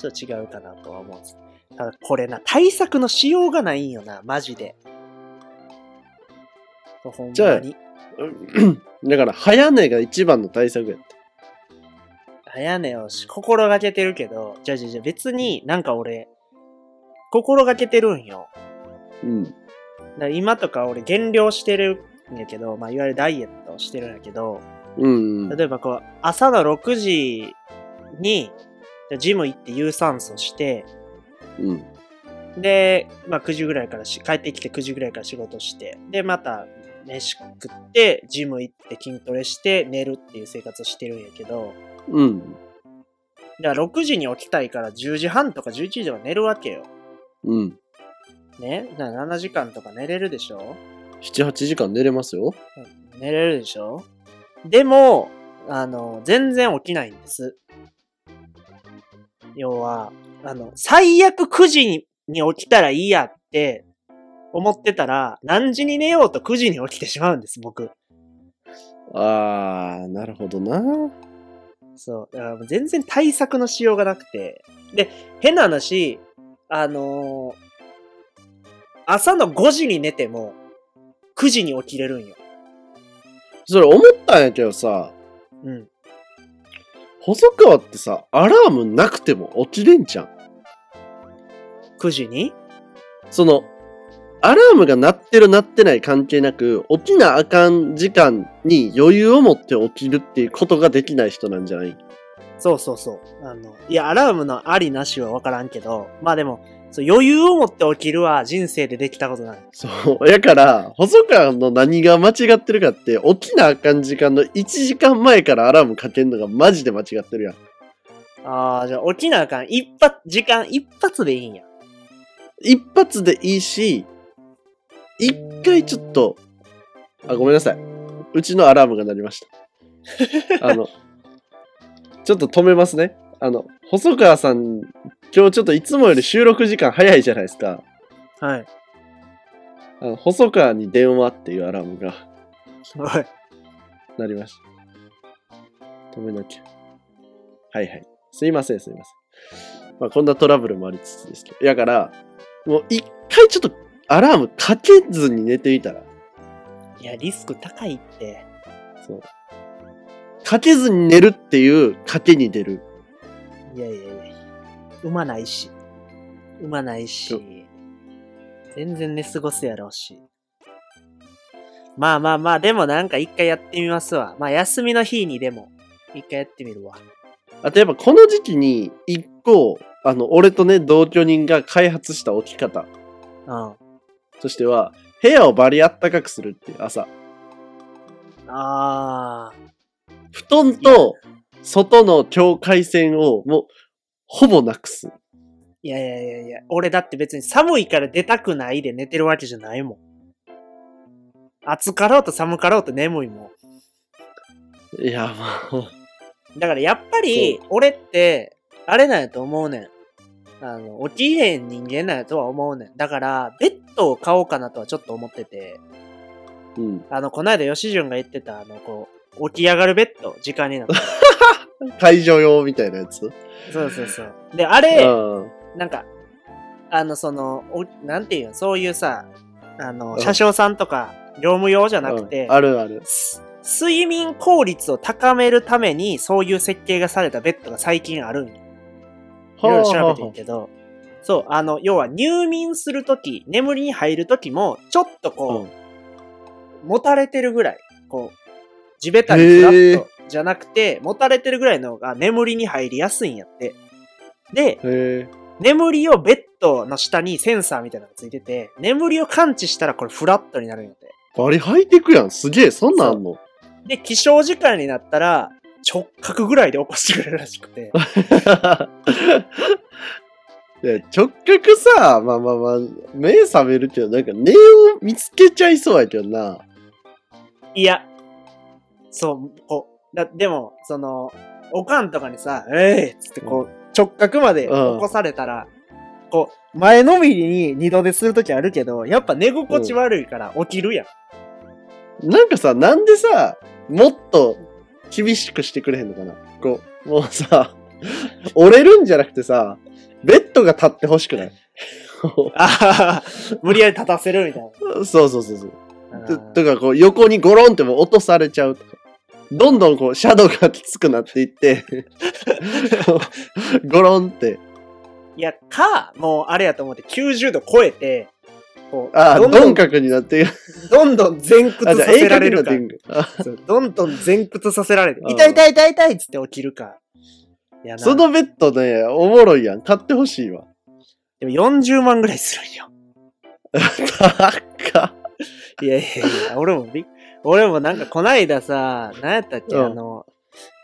Speaker 1: ちょっと違うかなとは思うんです。ただこれな、対策のしようがないんよな、マジで。ほん
Speaker 2: じゃ
Speaker 1: ま
Speaker 2: あ
Speaker 1: に。
Speaker 2: だから、早寝が一番の対策やった。
Speaker 1: 早寝をし、心がけてるけど、じゃあじゃあじゃあ別になんか俺、心がけてるんよ。
Speaker 2: うん。
Speaker 1: だから今とか俺減量してるんやけど、まあいわゆるダイエットをしてるんやけど、
Speaker 2: うん、うん。
Speaker 1: 例えばこう、朝の6時に、じゃあジム行って有酸素して、
Speaker 2: うん。
Speaker 1: で、まあ9時ぐらいからし、帰ってきて9時ぐらいから仕事して、で、また飯食って、ジム行って筋トレして、寝るっていう生活をしてるんやけど、
Speaker 2: うん。
Speaker 1: じゃあ6時に起きたいから10時半とか11時では寝るわけよ。
Speaker 2: うん。
Speaker 1: ねだから7時間とか寝れるでしょ
Speaker 2: 7、8時間寝れますよ。
Speaker 1: 寝れるでしょでも、あの、全然起きないんです。要は、あの、最悪9時にに起きたらいいやって思ってたら、何時に寝ようと9時に起きてしまうんです、僕。
Speaker 2: あー、なるほどな。
Speaker 1: そう。だからもう全然対策のしようがなくて。で、変な話、あのー朝の5時に寝ても、9時に起きれるんよ。
Speaker 2: それ思ったんやけどさ、
Speaker 1: うん。
Speaker 2: 細川ってさ、アラームなくても起きれんじゃん。
Speaker 1: 9時に
Speaker 2: その、アラームが鳴ってる鳴ってない関係なく、起きなあかん時間に余裕を持って起きるっていうことができない人なんじゃない
Speaker 1: そうそうそう。あの、いや、アラームのありなしは分からんけど、まあでも、そう余裕を持って起きるは人生でできたことない。
Speaker 2: そう。やから、細川の何が間違ってるかって、起きなあかん時間の1時間前からアラームかけるのがマジで間違ってるやん。
Speaker 1: ああ、じゃあ起きなあかん。一発、時間一発でいいんや。
Speaker 2: 一発でいいし、一回ちょっと、あ、ごめんなさい。うちのアラームが鳴りました。あの、ちょっと止めますね。あの、細川さん、今日ちょっといつもより収録時間早いじゃないですか。
Speaker 1: はい。
Speaker 2: あの細川に電話っていうアラームが
Speaker 1: おい。
Speaker 2: 鳴りました。止めなきゃ。はいはい。すいません、すいません。まあ、こんなトラブルもありつつですけど。やから、もう一回ちょっとアラームかけずに寝てみたら、
Speaker 1: いや、リスク高いって。
Speaker 2: そう。かけずに寝るっていう賭けに出る。
Speaker 1: いやいやいや。産まないし。産まない
Speaker 2: そう
Speaker 1: し。全然寝過ごすやろうし。まあまあまあ、でもなんか一回やってみますわ。まあ休みの日にでも、一回やってみるわ。
Speaker 2: あとやっぱこの時期に一個、あの、俺とね、同居人が開発した置き方
Speaker 1: うん。
Speaker 2: としては、部屋をバリあったかくするっていう朝。
Speaker 1: ああ、
Speaker 2: 布団と外の境界線をもう、ほぼなくす。
Speaker 1: いやいやいやいや、俺だって別に寒いから出たくないで寝てるわけじゃないもん。暑かろうと寒かろうと眠いも
Speaker 2: いや、も
Speaker 1: ん。だからやっぱり、俺って、あれなんやと思うねん。あの、起きれん人間なんやとは思うねん。だから、ベッドを買おうかなとはちょっと思ってて、
Speaker 2: う、うん。
Speaker 1: あの、こないだ吉潤が言ってた、あの、こう、起き上がるベッド、時間に [laughs] なった。
Speaker 2: 会場用みたいなやつ。うん。
Speaker 1: そうそうそう。で、あれ、なんか、あの、その、おなんていうの、そういうさ、あ
Speaker 2: う
Speaker 1: の、
Speaker 2: ん
Speaker 1: 車掌さんとか、業務用じゃなくて、
Speaker 2: うんあるある。
Speaker 1: す睡眠効率を高めるために、そういう設計がされたベッドが最近あるんよ。いろいろ調べてるけど、そう、あの、要は入眠するとき、眠りに入るときも、ちょっと
Speaker 2: うん
Speaker 1: こう、もたれてるぐらい、こう、地べたにフラッと、じゃなくて、もたれてるぐらいの方が眠りに入りやすいんやって。で、
Speaker 2: へえ。
Speaker 1: 眠りをベッドの下にセンサーみたいなのがついてて、眠りを感知したらこれフラットになるんやて。
Speaker 2: バリハイテクやん。すげえ。そんなん
Speaker 1: [laughs]
Speaker 2: あんの
Speaker 1: で、起床時間になったら、直角ぐらいで起こしてくれるらしく [laughs] て。
Speaker 2: いや直角さ、まあまあまあ、目覚めるけど、なんか根を見つけちゃいそうやけどな。
Speaker 1: いや、そう、こう、だでも、その、おかんとかにさ、ええっつってこう、直角まで起こされたら、こう、前のめりに二度でするときあるけど、やっぱ寝心地悪いから起きるやん。
Speaker 2: なんかさ、なんでさ、もっと厳しくしてくれへんのかな。こう、もうさ、 [laughs] 折れるんじゃなくてさ、ベッドが立ってほしく
Speaker 1: [laughs]
Speaker 2: ない
Speaker 1: あはは無理やり立たせるみたい
Speaker 2: そうそうそうそう。
Speaker 1: な。
Speaker 2: ととか、こう、横にゴロンってもう落とされちゃうとか。どんどんこう、シャドウがきつくなっていって、 [laughs] こうゴロンって。
Speaker 1: いや、か、もうあれやと思って90度超えて、こう
Speaker 2: ああ、
Speaker 1: どんど
Speaker 2: 鈍
Speaker 1: ん、
Speaker 2: 角になっていく。
Speaker 1: どんどん前屈
Speaker 2: あ、じゃ
Speaker 1: さ
Speaker 2: あ、
Speaker 1: せ
Speaker 2: 鋭
Speaker 1: ら
Speaker 2: 角
Speaker 1: れ
Speaker 2: に
Speaker 1: る
Speaker 2: なっ
Speaker 1: か
Speaker 2: て。いく。あ
Speaker 1: そうどんどん前屈させられて
Speaker 2: う、ん
Speaker 1: 痛い痛い痛い痛いっつって起きるか。いやな、
Speaker 2: そのベッドね、おもろいやん。買ってほしいわ。
Speaker 1: でも40万ぐらいするんよ。 [laughs]
Speaker 2: 高っ。
Speaker 1: いやいやいや、俺もびっ、俺もなんかこないださ、なんやったっけ、
Speaker 2: うん
Speaker 1: あの、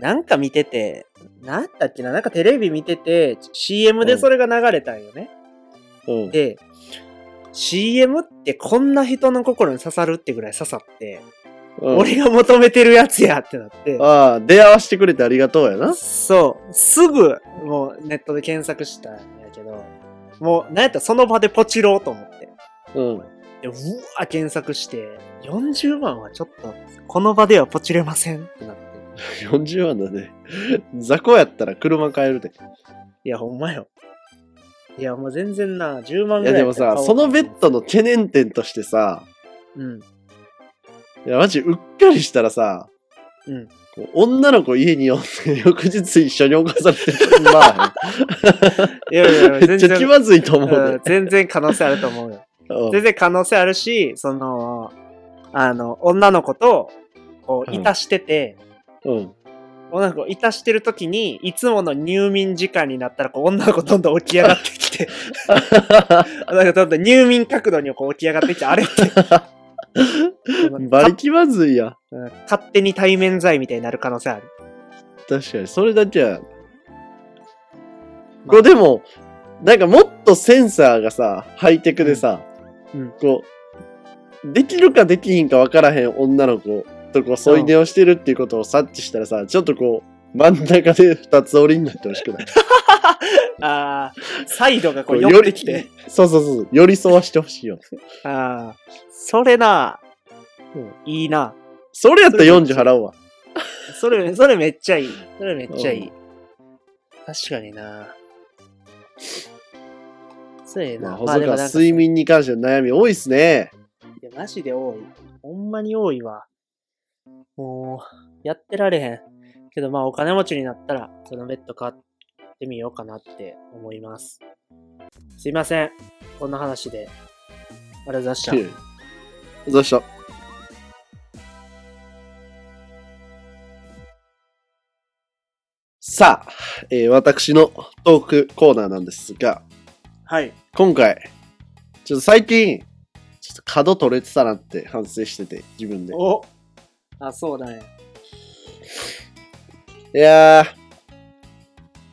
Speaker 1: なんか見てて、なんだっけな、なんかテレビ見てて、CM でそれが流れたんよね。
Speaker 2: うん。
Speaker 1: で、CM ってこんな人の心に刺さるってぐらい刺さって、
Speaker 2: うん
Speaker 1: 俺が求めてるやつやってなって、
Speaker 2: ああ、出会わせてくれてありがとうやな。
Speaker 1: そう、すぐ、もうネットで検索したんやけど、もう、なんやったらその場でポチろうと思って。
Speaker 2: うん。
Speaker 1: でうわ、検索して、40万はちょっと、この場ではポチれませんってなって。
Speaker 2: 40万だね。雑魚やったら車買えるで。
Speaker 1: いや、ほんまよ。いや、もう全然な、10万
Speaker 2: い
Speaker 1: ぐらい
Speaker 2: やで
Speaker 1: や
Speaker 2: も
Speaker 1: ったら
Speaker 2: さ、
Speaker 1: 買おう
Speaker 2: そ
Speaker 1: かな
Speaker 2: のベッドの懸念点としてさ、
Speaker 1: うん。
Speaker 2: いやマジうっかりしたらさ、
Speaker 1: うん。
Speaker 2: こう女の子家に呼んで [laughs] 翌日一緒に犯されてる。ま
Speaker 1: いやいやいや
Speaker 2: [laughs] あ、めっ
Speaker 1: 全
Speaker 2: ちゃ気
Speaker 1: 然、
Speaker 2: まずいと思う
Speaker 1: うん
Speaker 2: で。
Speaker 1: 全然可能性あると思うよ。
Speaker 2: うん
Speaker 1: 全然可能性あるし、その、あの、女の子と、こ
Speaker 2: う
Speaker 1: う、
Speaker 2: ん
Speaker 1: いたしてて、
Speaker 2: うん。
Speaker 1: 女の子をいたしてる時に、いつもの入眠時間になったら、こう、女の子どんどん起き上がってきて、 [laughs] なんかどんどん入眠角度にこう起き上がってきて、あれって、
Speaker 2: [laughs] バリ気まずいやん。
Speaker 1: うん勝手に対面罪みたいになる可能性ある。
Speaker 2: 確かに、それだけは。
Speaker 1: まあ
Speaker 2: これでも、なんかもっとセンサーがさ、ハイテクでさ、
Speaker 1: うんうん
Speaker 2: こう、できるかできひんかわからへん女の子とこう、添い寝をしてるっていうことを察知したらさ、ちょっとこう、真ん中で二つ折りになってほしくない。
Speaker 1: ああ、サイド [laughs] がこう
Speaker 2: こ
Speaker 1: 寄
Speaker 2: う
Speaker 1: ってきて。。
Speaker 2: そうそうそう。寄り添わしてほしいよ。
Speaker 1: ああ、それな、いいな。
Speaker 2: それやったら40払うわ。
Speaker 1: それ、それめっちゃいい。それめっちゃいい。確かにな。そうや
Speaker 2: まあ、
Speaker 1: な。
Speaker 2: 細
Speaker 1: でも
Speaker 2: 川、
Speaker 1: なんか
Speaker 2: 睡眠に関しての悩み多いっすね。
Speaker 1: いや、マジで多い。ほんまに多いわ。もう、やってられへん。けどまあ、お金持ちになったら、そのベッド買ってみようかなって思います。すいません。こんな話で。ありがとうございました。
Speaker 2: どうしたさあ、えー私のトークコーナーなんですが、
Speaker 1: はい。
Speaker 2: 今回、ちょっと最近、ちょっと角取れてたなって反省してて、自分で。
Speaker 1: おあ、そうだね。
Speaker 2: いやー、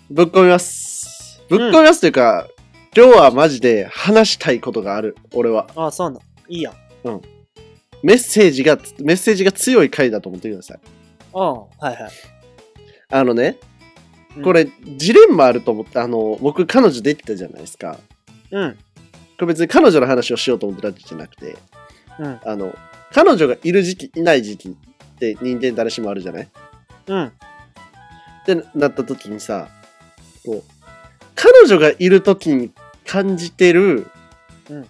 Speaker 2: ぶっ込みます。ぶっ込みますというか、今日はマジで話したいことがある、俺は。
Speaker 1: あ、そうなん。いいやん。
Speaker 2: メッセージが、メッセージが強い回だと思ってください。
Speaker 1: うん。はいはい。
Speaker 2: あのね、
Speaker 1: うん
Speaker 2: これ、ジレンマあると思って、あの、僕、彼女できたじゃないですか。
Speaker 1: うん。
Speaker 2: これ別に彼女の話をしようと思ってたわけじゃなくて、
Speaker 1: うん。
Speaker 2: あの、彼女がいる時期、いない時期って人間誰しもあるじゃない
Speaker 1: うん。
Speaker 2: ってなった時にさ、こう、彼女がいる時に感じてる
Speaker 1: うん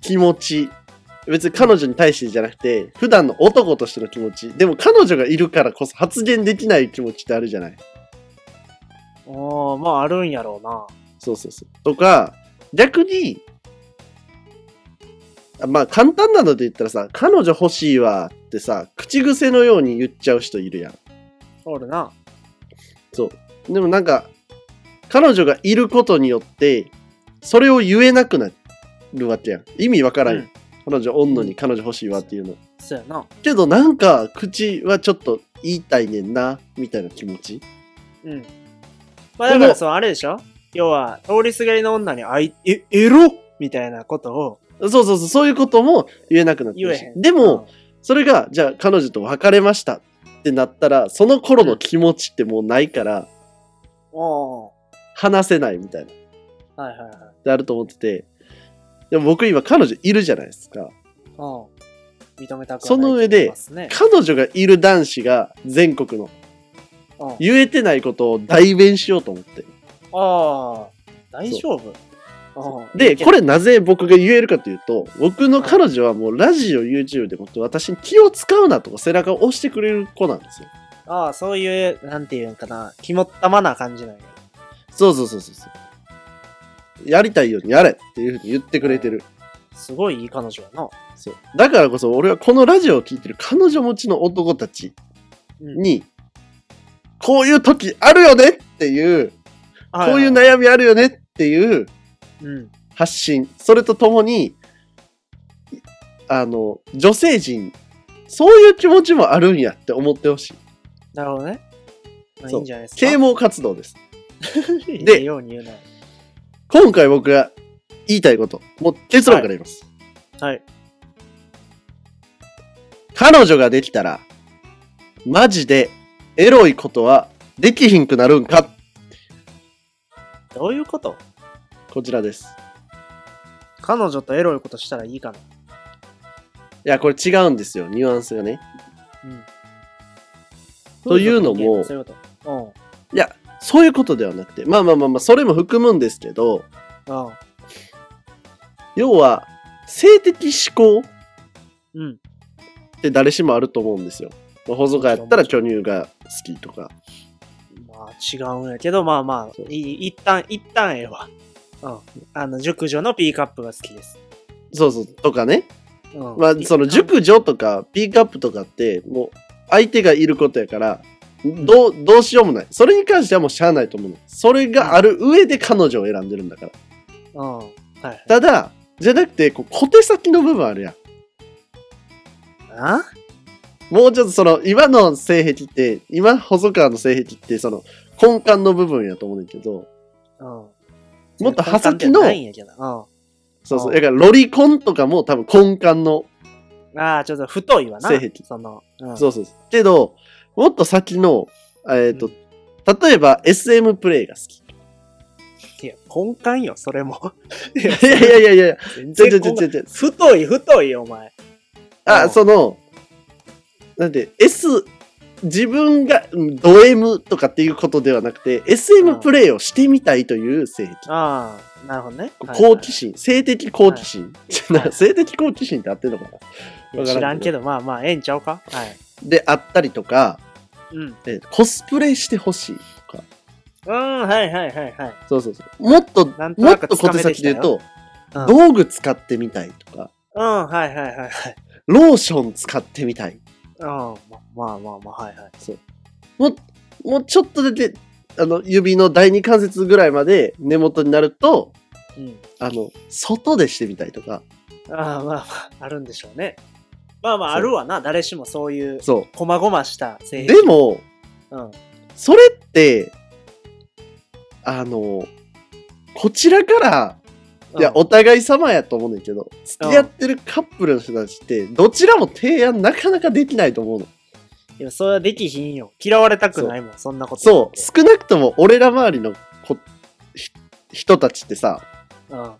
Speaker 2: 気持ち、別に彼女に対してじゃなくて、普段の男としての気持ち、でも彼女がいるからこそ発言できない気持ちってあるじゃない
Speaker 1: おー、まああるんやろうな。
Speaker 2: そうそうそう。とか、逆に、あまあ簡単なので言ったらさ、彼女欲しいわってさ、口癖のように言っちゃう人いるやん。
Speaker 1: おるな。
Speaker 2: そう。でもなんか、彼女がいることによって、それを言えなくなるわけやん。意味わからんやん。
Speaker 1: うん
Speaker 2: 彼女おんのに彼女欲しいわっていうの。
Speaker 1: そうやな。
Speaker 2: けどなんか、口はちょっと言いたいねんな、みたいな気持ち。
Speaker 1: うん。まあだか
Speaker 2: この
Speaker 1: ら、そう、あれでしょ要は、通りすがりの女に、あい、え、エロみたいなことを
Speaker 2: そうそうそう、そういうことも言えなくなって
Speaker 1: 言
Speaker 2: る
Speaker 1: え
Speaker 2: し
Speaker 1: へ。ん。
Speaker 2: でも、、それが、じゃあ彼女と別れましたってなったら、その頃の気持ちってもうないから、
Speaker 1: うん、お
Speaker 2: 話せないみたいな、っ
Speaker 1: ーはいはいはい。
Speaker 2: てあると思ってて、でも僕今彼女いるじゃないですか。
Speaker 1: うん。認めたくはない
Speaker 2: その上
Speaker 1: と
Speaker 2: で
Speaker 1: 思いますね
Speaker 2: 彼女がいる男子が全国の
Speaker 1: うん、あ
Speaker 2: 言えてないことを代弁しようと思って。
Speaker 1: あ、大丈夫。うん
Speaker 2: で、こ、れなぜ僕が言えるかというと、僕の彼女はもうラジオ、YouTube でもって私に気を使うなとか背中を押してくれる子なんですよ。
Speaker 1: ああ、そういう、なんていうんかな、肝っ玉な感じなんや。
Speaker 2: そうそうそうそうそう。やりたいようにやれっていうふうに言ってくれてる。
Speaker 1: すごいいい彼女やな。
Speaker 2: そう。だからこそ俺はこのラジオを聴いてる彼女持ちの男たち
Speaker 1: うん
Speaker 2: に、こういう時あるよねっていう、こういう、
Speaker 1: はは
Speaker 2: 悩みあるよねっていう
Speaker 1: うん。
Speaker 2: 発信、それとともに、あの、女性陣、そういう気持ちもあるんやって思ってほしい。
Speaker 1: なるほどね。まあい
Speaker 2: そう
Speaker 1: いんじゃないですか。
Speaker 2: 啓蒙活動です。
Speaker 1: で、ように言うな。
Speaker 2: 今回僕が言いたいこと、もう結論から言います。
Speaker 1: はい。
Speaker 2: 彼女ができたら、マジでエロいことはできひんくなるんか
Speaker 1: どういうこと
Speaker 2: こちらです。
Speaker 1: 彼女とエロいことしたらいいかな。
Speaker 2: いや、これ違うんですよ、ニュアンスがね。
Speaker 1: うん。
Speaker 2: というのも
Speaker 1: 風俗の意見そういうこと。
Speaker 2: いや、そういうことではなくて、まあまあまあまあ、それも含むんですけど、
Speaker 1: うん。うん
Speaker 2: 要は、性的思考
Speaker 1: うん。
Speaker 2: って誰しもあると思うんですよ。まあ、細川やったら巨乳が好きとか。
Speaker 1: まあ違うんやけど、まあまあ
Speaker 2: そう、
Speaker 1: いい一旦、一旦ええわ。うん。あの、熟女の P カップが好きです。
Speaker 2: そうそう、とかね。
Speaker 1: うん。
Speaker 2: まあ、その
Speaker 1: 一旦
Speaker 2: 熟女とかピークアップとかって、もう相手がいることやから、どう、どうしようもない。それに関してはもうしゃあないと思うの。それがある上で彼女を選んでるんだから。
Speaker 1: うん。はい。
Speaker 2: ただ、じゃなくて、こう小手先の部分あるやん。
Speaker 1: あ
Speaker 2: もうちょっとその、今の性癖って、今、細川の性癖って、その、根幹の部分やと思うねんだけど、
Speaker 1: うん。も
Speaker 2: もっと刃先の、
Speaker 1: ないんやけど。う
Speaker 2: そうそうう、
Speaker 1: ん
Speaker 2: だからロリコンとかも多分根幹の、
Speaker 1: ん。ああ、ちょっと太いわな。
Speaker 2: 性癖
Speaker 1: その、うん。
Speaker 2: そうそう。けど、もっと先の、えっ、と、
Speaker 1: う
Speaker 2: 例えば SM プレイが好き。
Speaker 1: いや、根幹よ、それも。い
Speaker 2: い [laughs] やいやいやいや、
Speaker 1: 全
Speaker 2: ちょ
Speaker 1: 然
Speaker 2: ちょ
Speaker 1: 根
Speaker 2: ちょち
Speaker 1: 幹
Speaker 2: ょちょ。
Speaker 1: 太い、太いよ、お前。う
Speaker 2: あ、
Speaker 1: ん
Speaker 2: その、なんで、S、自分がうんド M とかっていうことではなくて、
Speaker 1: う
Speaker 2: SM
Speaker 1: ん
Speaker 2: プレイをしてみたいという性癖。
Speaker 1: ああ、なるほどね。
Speaker 2: 好奇心、性的好奇心。 [laughs]
Speaker 1: はい
Speaker 2: 性的好奇心って合ってるのかな
Speaker 1: はいはいいや知らんけど、まあまあ、ええんちゃうかはい。
Speaker 2: で、あったりとか、
Speaker 1: うん。
Speaker 2: えーコスプレしてほしいとか。
Speaker 1: うん、はいはいはいはい。
Speaker 2: そうそうそう。もっと、
Speaker 1: なんと
Speaker 2: も
Speaker 1: な
Speaker 2: っ
Speaker 1: く
Speaker 2: と小手先で言うと、
Speaker 1: うん、うん、
Speaker 2: 道具使ってみたいとか、
Speaker 1: はいはいはいはい。
Speaker 2: ローション使ってみたい。
Speaker 1: うん、ままあまあまあ、はいはい。
Speaker 2: もう、もうちょっとだけ、あの、指の第二関節ぐらいまで根元になると、
Speaker 1: うん。
Speaker 2: あの、外でしてみたいとか、
Speaker 1: ああ、まあまあ、あるんでしょうね。まあまあ、
Speaker 2: そう
Speaker 1: あるわな。誰しもそういう、
Speaker 2: そ
Speaker 1: こまごました
Speaker 2: う。
Speaker 1: 性
Speaker 2: でも、
Speaker 1: うん。
Speaker 2: それって、あの、こちらから、いや、
Speaker 1: うん
Speaker 2: お互い様やと思うねんけど、付き合ってるカップルの人たちって、どちらも提案なかなかできないと思うの。
Speaker 1: いや、それはできひんよ。嫌われたくないもん、そんなこと。
Speaker 2: そう、少なくとも俺ら周りのこひ人たちってさ、
Speaker 1: う。うん。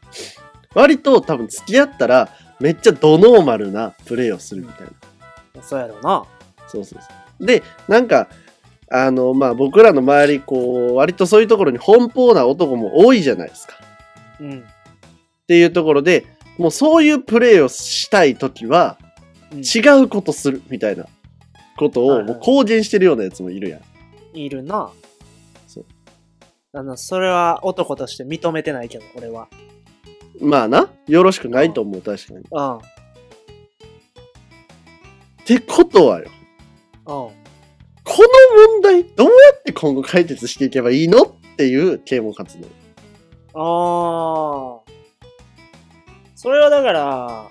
Speaker 2: 割と多分付き合ったら、めっちゃドノーマルなプレイをするみたいな。
Speaker 1: そうやろうな。
Speaker 2: そうそうそう。で、なんか、あの、まあ僕らの周り、こう、割とそういうところに奔放な男も多いじゃないですか。っ
Speaker 1: うん。
Speaker 2: ていうところで、もうそういうプレーをしたいときは、
Speaker 1: うん
Speaker 2: 違うことするみたいなこと
Speaker 1: はい
Speaker 2: を
Speaker 1: はい
Speaker 2: もう公言してるようなやつもいるやん。
Speaker 1: いるな。
Speaker 2: そう。
Speaker 1: あの、それは男として認めてないけど、俺は。
Speaker 2: まあな、よろしくないと思う、確かに。
Speaker 1: うん。
Speaker 2: ってことはよ、
Speaker 1: うん。
Speaker 2: この問題、どうやって今後解決していけばいいのっていう啓蒙活動。
Speaker 1: ああ。それはだから、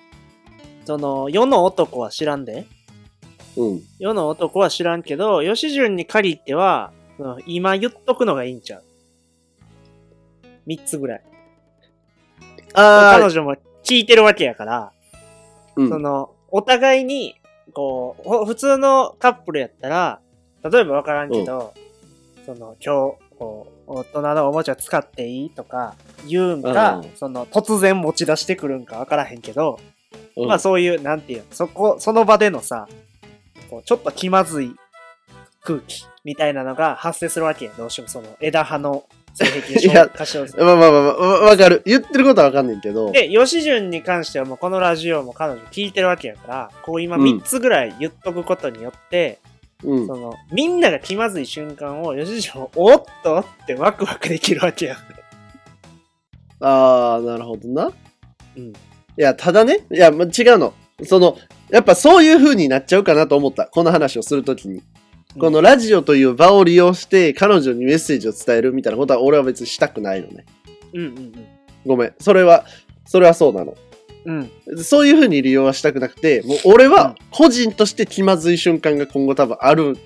Speaker 1: その、世の男は知らんで。
Speaker 2: うん。
Speaker 1: 世の男は知らんけど、吉純に限っては、その今言っとくのがいいんちゃう。三つぐらい。
Speaker 2: あ
Speaker 1: 彼
Speaker 2: あ、
Speaker 1: 女も聞いてるわけやから、
Speaker 2: うん
Speaker 1: その、お互いに、こう、ほ普通のカップルやったら、例えばわからんけど、その、今日、こう、大人のおもちゃ使っていいとか言うんか、
Speaker 2: うん
Speaker 1: その、突然持ち出してくるんかわからへんけど、
Speaker 2: うん
Speaker 1: まあそういう、なんていうの、そこ、その場でのさ、こうちょっと気まずい空気みたいなのが発生するわけや。どうしてもその枝葉の性癖
Speaker 2: [laughs] いや
Speaker 1: を過小する。
Speaker 2: まあまあまあまあ、わわかる。言ってることはわかんないけど。
Speaker 1: で、吉純に関してはもうこのラジオも彼女聞いてるわけやから、こう今3つぐらい言っとくことによって、
Speaker 2: うん
Speaker 1: そ。の、みんなが気まずい瞬間を吉純もおっとってワクワクできるわけや。
Speaker 2: ああ、なるほどな。
Speaker 1: うん
Speaker 2: いや、ただね、いや、ま違うの。その、やっぱそういう風になっちゃうかなと思った。この話をするときに。このラジオという場を利用して、彼女にメッセージを伝えるみたいなことは俺は別にしたくないのね。
Speaker 1: うんうん
Speaker 2: ごめん。それは、それはそうなの。
Speaker 1: うん。うん。
Speaker 2: そういう風に利用はしたくなくて、もう俺は個人として気まずい瞬間が今後多分ある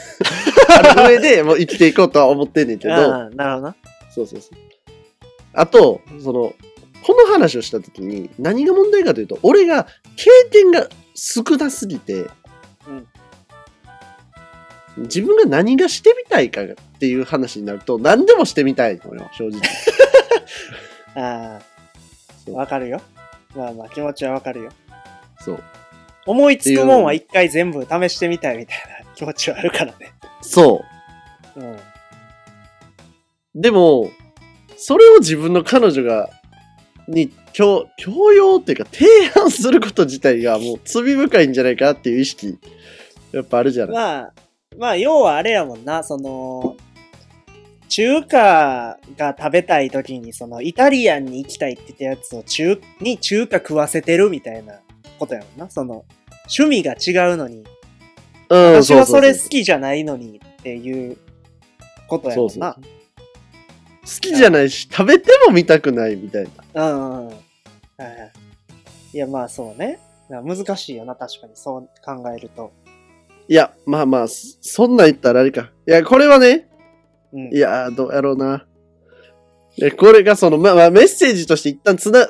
Speaker 2: [laughs] ある上でもう生きていこうとは思ってんねんけど、
Speaker 1: ああ、なるほどな。
Speaker 2: そうそうそう。あと、その、この話をした時に何が問題かというと、俺が経験が少なすぎて、
Speaker 1: うん
Speaker 2: 自分が何がしてみたいかっていう話になると、何でもしてみたいのよ、正直。
Speaker 1: ああ、
Speaker 2: そう
Speaker 1: わかるよ。まあまあ、気持ちはわかるよ。
Speaker 2: そう。
Speaker 1: 思いつくもんは一回全部試してみたいみたいな気持ちはあるからね。
Speaker 2: そう。
Speaker 1: うん。
Speaker 2: でも、それを自分の彼女が、に強、強要っていうか提案すること自体がもう罪深いんじゃないかっていう意識、やっぱあるじゃない。
Speaker 1: まあ、まあ、要はあれやもんな、その、中華が食べたい時に、その、イタリアンに行きたいって言ったやつを中、に中華食わせてるみたいなことやもんな。その、趣味が違うのに、
Speaker 2: うん、
Speaker 1: 私は
Speaker 2: う
Speaker 1: そうれ
Speaker 2: う
Speaker 1: 好きじゃないのにっていうことや
Speaker 2: そ
Speaker 1: も
Speaker 2: うんそう
Speaker 1: な
Speaker 2: そう。好きじゃないし、食べても見たくないみたい
Speaker 1: う
Speaker 2: な。
Speaker 1: んうんうん。はいはいいや、まあそうね。な難しいよな、確かに。そう考えると。
Speaker 2: いや、まあまあ、そそんなん言ったらあれか。いや、これはね、
Speaker 1: うん。
Speaker 2: いやー、どうやろうな。いやこれがその、まあまあ、メッセージとして一旦つな、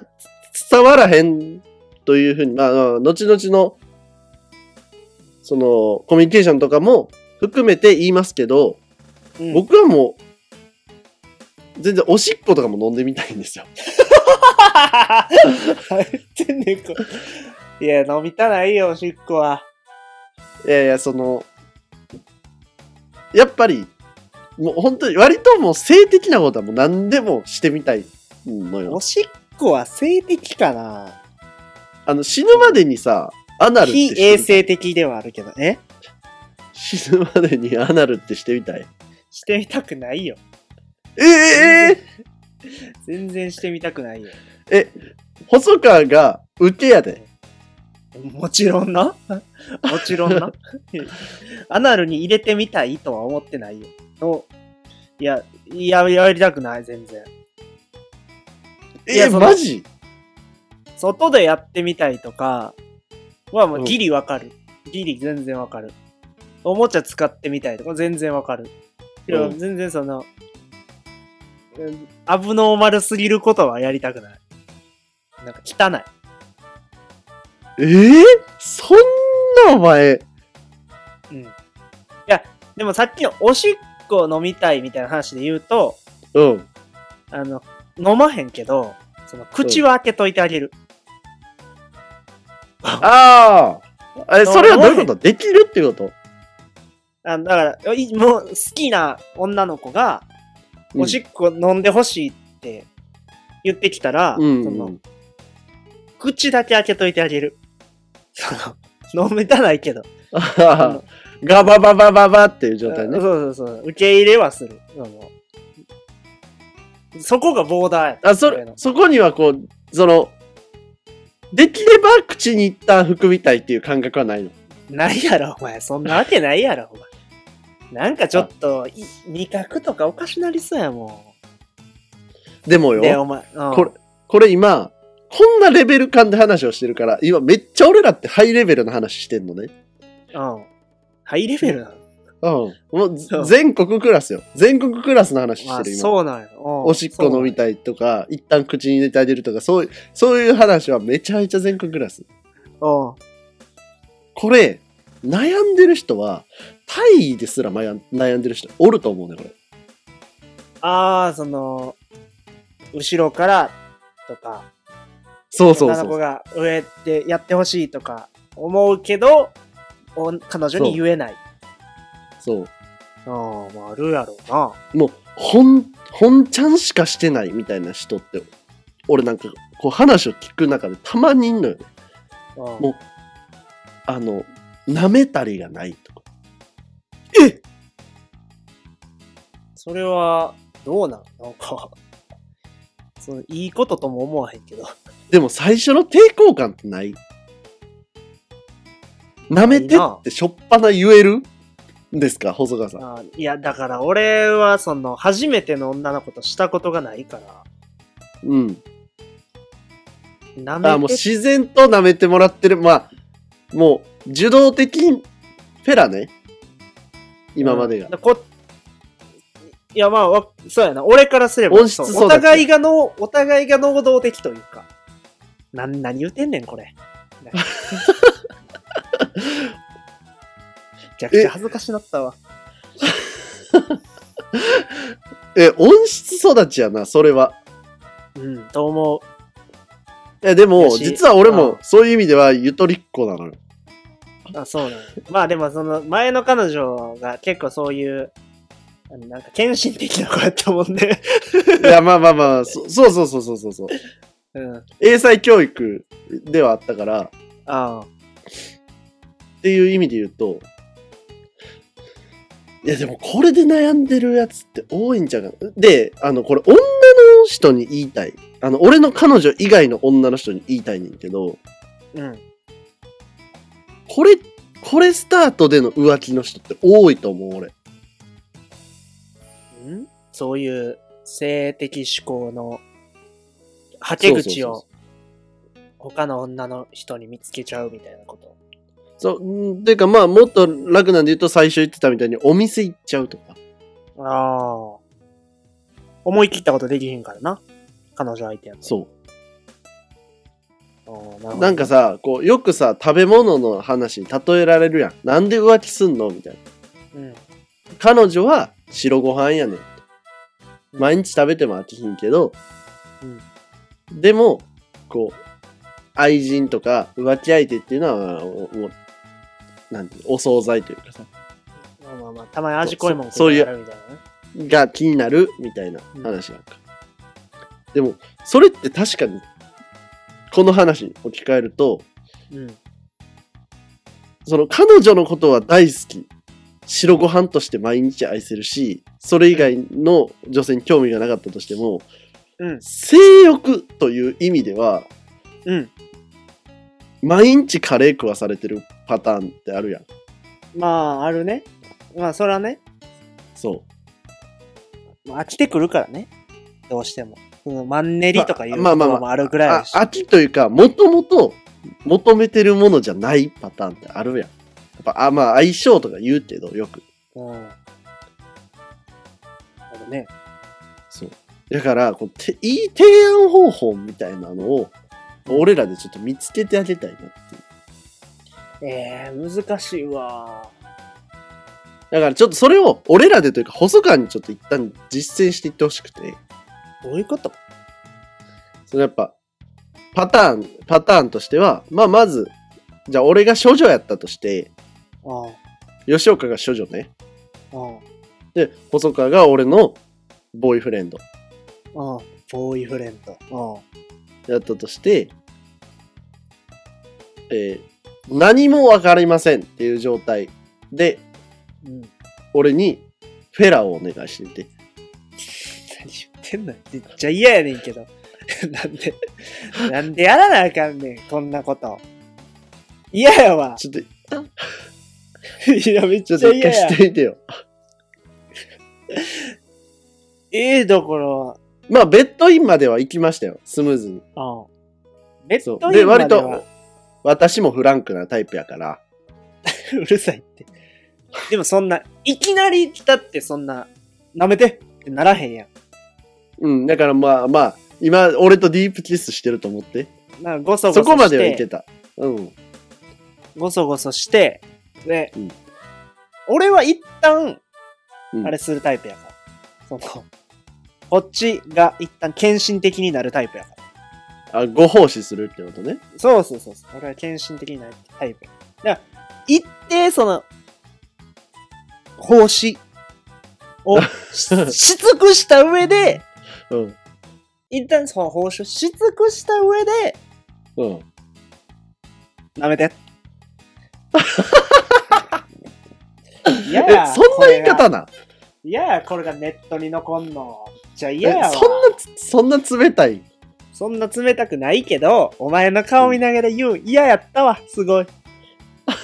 Speaker 2: つ伝わらへんというふうに、まあ、まあ後々の、その、コミュニケーションとかも含めて言いますけど、
Speaker 1: うん、
Speaker 2: 僕はもう、全然おしっことかも飲んでみたいんですよ。
Speaker 1: 何言ってんねんこれいや、飲みたないよ、おしっこは。
Speaker 2: いやいや、その、やっぱり、もう本当に、割ともう性的なことはもう何でもしてみたいのよ
Speaker 1: お。しっこは性的かな
Speaker 2: あの、死ぬまでにさ、アナルって
Speaker 1: 非
Speaker 2: して
Speaker 1: 衛
Speaker 2: みたい
Speaker 1: 生的ではあるけどね。
Speaker 2: 死ぬまでにアナルってしてみ
Speaker 1: [laughs]
Speaker 2: たい。
Speaker 1: してみたくないよ。
Speaker 2: ええ
Speaker 1: 全然してみたくないよ。
Speaker 2: え、細川が受けやで。
Speaker 1: もちろんな。もちろんな。アナルに入れてみたいとは思ってないよ。のいや、いや、やりたくない、全然。い
Speaker 2: え
Speaker 1: や、その
Speaker 2: マジ
Speaker 1: 外でやってみたいとかはもううんギリわかる。ギリ全然わかる。おもちゃ使ってみたいとか全然わかる。いや、
Speaker 2: うん
Speaker 1: 全然その、うんアブノーマルすぎることはやりたくない。なんか汚い。
Speaker 2: えー、そんなお前。
Speaker 1: うん。いや、でもさっきのおしっこ飲みたいみたいな話で言うと、
Speaker 2: うん。
Speaker 1: あの、飲まへんけど、その口は開けといてあげる。
Speaker 2: ああ。え、それはどういうことできるってこと
Speaker 1: あのだから、いもう好きな女の子が、
Speaker 2: うん
Speaker 1: おしっこ飲んでほしいって言ってきたら、
Speaker 2: うん
Speaker 1: その
Speaker 2: うん [laughs]
Speaker 1: 口だけ開けといてあげる。 [laughs] その飲めたないけど。
Speaker 2: あ
Speaker 1: あ
Speaker 2: ー
Speaker 1: の
Speaker 2: ガバババババっていう状態ね
Speaker 1: あ。そうそうそう。受け入れはする。そのそこがボーダーや。
Speaker 2: あ、そ
Speaker 1: 俺
Speaker 2: れ
Speaker 1: の、
Speaker 2: そこにはこう、その、できれば口に一旦含みたいっていう感覚はないの。
Speaker 1: ないやろ、お前。そんなわけないやろ、お前。なんかちょっと、い味覚とかおかしなりそうやも
Speaker 2: でも
Speaker 1: ん。で、お
Speaker 2: よ、
Speaker 1: 前、うん
Speaker 2: これ、これ今、こんなレベル感で話をしてるから、今めっちゃ俺らってハイレベルの話してんのね。
Speaker 1: うん。ハイレベルなの。
Speaker 2: うん。もう
Speaker 1: そう
Speaker 2: 全国クラスよ。全国クラスの話し
Speaker 1: まあ
Speaker 2: て、る今。
Speaker 1: そうなんよ。うん
Speaker 2: おしっこ飲みたいとか、一旦口に入れてあげるとか、そういう、そういう話はめちゃめちゃ全国クラ
Speaker 1: う
Speaker 2: ス。
Speaker 1: ん。
Speaker 2: これ、悩んでる人は、大意ですら悩ん悩んでる人おると思うね、これ。
Speaker 1: ああ、その、後ろからとか、
Speaker 2: そうそう
Speaker 1: 女
Speaker 2: そ
Speaker 1: の子
Speaker 2: う。
Speaker 1: が上でやってほしいとか思うけど、お彼女に言えない。
Speaker 2: そう。
Speaker 1: ああ、まあ、あるやろうな。
Speaker 2: もう、ほん、ほんちゃんしかしてないみたいな人って、俺なんか、こう話を聞く中でたまにいんのよね。
Speaker 1: うん
Speaker 2: もあの、舐めたりがないとか。
Speaker 1: それは、どうなんなんか、その、いいこととも思わへんけど。
Speaker 2: でも最初の抵抗感ってない舐めてってしょっぱな言えるんですか細川さん。
Speaker 1: あーいや、だから俺は、その、初めての女の子としたことがないから、
Speaker 2: うん。
Speaker 1: な
Speaker 2: あーも
Speaker 1: め
Speaker 2: う
Speaker 1: て
Speaker 2: 自然と舐めてもらってる。まあ、もう、受動的に、フェラね。今までが。
Speaker 1: うんこいや、まあわ、そうやな。俺からすれば、
Speaker 2: 音質
Speaker 1: そう
Speaker 2: そう
Speaker 1: お
Speaker 2: だけど
Speaker 1: 互いがの、お互いが能動的というか。なん、何言うてんねん、こ
Speaker 2: [laughs]
Speaker 1: れ。めちゃくちゃ恥ずかしなったわ。
Speaker 2: え、音質育ちやな、それは。
Speaker 1: うん、と思う。
Speaker 2: いや、で
Speaker 1: よ
Speaker 2: も、
Speaker 1: し
Speaker 2: 実は俺も、そういう意味では、ゆとりっ子なのよ。
Speaker 1: あ、そうなの。まあでも、その、前の彼女が結構そういう、なんか、献身的な子やったもんね。
Speaker 2: いや、まあまあまあ、 [laughs] そそうそうそうそうそうそう。
Speaker 1: うん。あ
Speaker 2: 英才教育ではあったから、
Speaker 1: あ。
Speaker 2: っていう意味で言うと、いや、でも、これで悩んでるやつって多いんちゃうかな。で、あの、これ、女の人に言いたい。あの、俺の彼女以外の女の人に言いたいねんけど、
Speaker 1: うん。
Speaker 2: これ、これスタートでの浮気の人って多いと思う、俺。
Speaker 1: んそういう性的思考のはけ口
Speaker 2: そうそうそう
Speaker 1: を他の女の人に見つけちゃうみたいなこと。
Speaker 2: そう、うんていうかまあ、もっと楽なんで言うと、最初言ってたみたいに、お店行っちゃうとか。
Speaker 1: ああ。思い切ったことできへんからな。彼女相手やもん
Speaker 2: そう。
Speaker 1: あーなるほど
Speaker 2: なんかさ、こう、よくさ、食べ物の話に例えられるやん。なんで浮気すんのみたいな。
Speaker 1: うん。
Speaker 2: 彼女は白ご飯やねん。毎日食べても飽きひんけど、でも、こう、愛人とか浮気相手っていうのは、もうもう、なんていうのお惣菜というかさ、
Speaker 1: まあまあまあ、たまに味濃いもん
Speaker 2: そうそう
Speaker 1: 食うからみたいなね。
Speaker 2: が気になるみたいな話やんか。でも、それって確かに、この話に置き換えると、
Speaker 1: うん。
Speaker 2: その彼女のことは大好き。白ご飯として毎日愛せるし、それ以外の女性に興味がなかったとしても、
Speaker 1: うん。
Speaker 2: 性欲という意味では、
Speaker 1: うん。
Speaker 2: 毎日カレー食わされてるパターンってあるやん。
Speaker 1: まあ、あるね。まあ、それはね、
Speaker 2: そ
Speaker 1: まあ飽きてくるからね。どうしても。そのマンネリとかいう
Speaker 2: まあ
Speaker 1: の
Speaker 2: まあまあ
Speaker 1: もあるぐ
Speaker 2: う。
Speaker 1: らい
Speaker 2: あ
Speaker 1: やし
Speaker 2: 秋というか、もともと求めてるものじゃないパターンってあるやん。やっぱ、あまあ、相性とか言うけど、よく。
Speaker 1: うん。あるね。
Speaker 2: そう。だからこうて、いい提案方法みたいなのを、俺らでちょっと見つけてあげたいなっていう。
Speaker 1: えー、難しいわ。
Speaker 2: だからちょっとそれを俺らでというか細川にちょっと一旦実践していってほしくて、
Speaker 1: どういうこと
Speaker 2: そのやっぱパターン、パターンとしては、まあまず、じゃあ俺が処女やったとして、
Speaker 1: あ
Speaker 2: 吉岡が処女ね。
Speaker 1: あ、あ
Speaker 2: で、細川が俺のボーイフレンド
Speaker 1: あ、ああ、ボーイフレンド。
Speaker 2: やったとして、えー何もわかりませんっていう状態で、
Speaker 1: うん。うん。何
Speaker 2: 俺にフェラをお願いしてみ
Speaker 1: 言
Speaker 2: て。
Speaker 1: ってんのめっちゃ嫌やねんけど。 [laughs] なんで、なんでやらなあかんねん、こんなこと。嫌やわ。
Speaker 2: ちょっと、
Speaker 1: [laughs] いや、めっち
Speaker 2: ちょ
Speaker 1: ゃ
Speaker 2: っと一
Speaker 1: 嫌
Speaker 2: 回
Speaker 1: や。
Speaker 2: してみてよ。
Speaker 1: ええだから、
Speaker 2: まあベッドインまでは行きましたよ。スムーズに。
Speaker 1: ああ。ベッ
Speaker 2: そう
Speaker 1: ドイ
Speaker 2: で
Speaker 1: ンまで
Speaker 2: 割
Speaker 1: は
Speaker 2: と私もフランクなタイプやから
Speaker 1: [laughs] うるさいって。でもそんな、いきなり来たってそんな、舐めてってならへんやん。
Speaker 2: うんだからまあまあ今俺とディープキスしてると思って
Speaker 1: なんかごそ
Speaker 2: そ
Speaker 1: ごそして。
Speaker 2: こまではいけたうん
Speaker 1: ごそごそして、で、
Speaker 2: うん
Speaker 1: 俺は一旦
Speaker 2: う、ん
Speaker 1: あれするタイプやから。その、こっちが一旦献身的になるタイプやから。
Speaker 2: あご奉仕するってこ
Speaker 1: [laughs]
Speaker 2: とね
Speaker 1: そうそうそうそう。俺は献身的になるタイプ。だから、一定その、奉仕をしし尽くした上で、
Speaker 2: うん
Speaker 1: 一旦その奉仕をし尽くした上で、
Speaker 2: うん
Speaker 1: 舐
Speaker 2: [laughs]
Speaker 1: めて。い
Speaker 2: え
Speaker 1: やや
Speaker 2: そんな言い
Speaker 1: これが
Speaker 2: 方な
Speaker 1: 嫌やこれがネットに残んの。じゃあ
Speaker 2: え
Speaker 1: 嫌やわ
Speaker 2: そんなつそんな冷たい
Speaker 1: そんな冷たくないけど、お前の顔見ながら言うん嫌やったわ、すごい。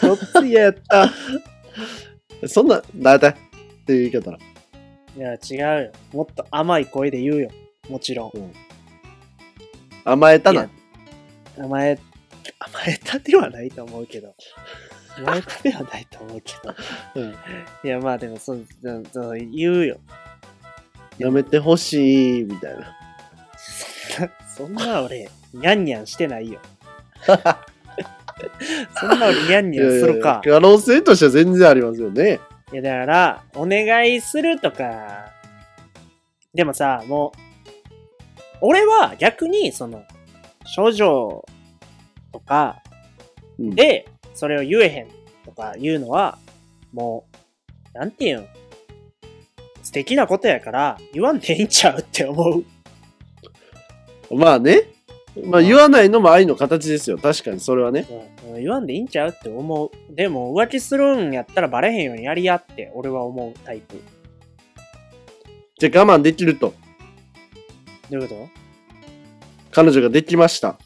Speaker 1: どっつ嫌やった。
Speaker 2: [laughs] そんなだいたいっていう言い方ない
Speaker 1: や、違うよ。もっと甘い声で言うよ。もちろん。
Speaker 2: 甘えた
Speaker 1: い
Speaker 2: な
Speaker 1: [laughs] や甘え、甘えたではないと思うけど。燃えたではないと思うけど。うん。いや、まあでもそう、そうそう言うよ。
Speaker 2: やめてほしい、みたいな。
Speaker 1: そんな俺、ニャンニャンしてない [laughs] よ。そんな俺、ニャンニャンするか
Speaker 2: い。やいや可能性としては全然ありますよね。
Speaker 1: いや、だから、お願いするとか、でもさ、もう、俺は逆に、その、処女とか
Speaker 2: うん
Speaker 1: で、それを言えへんとか言うのは、もう、なんていうん、素敵なことやから、言わんでいいんちゃうって思う。
Speaker 2: まあね。まあ
Speaker 1: うん
Speaker 2: 言わないのも愛の形ですよ。確かにそれはね。
Speaker 1: うん、言わんでいいんちゃうって思う。でも、浮気するんやったらバレへんようにやりやって、俺は思うタイプ。
Speaker 2: じゃあ我慢できると。
Speaker 1: どういうこ
Speaker 2: 彼女ができました。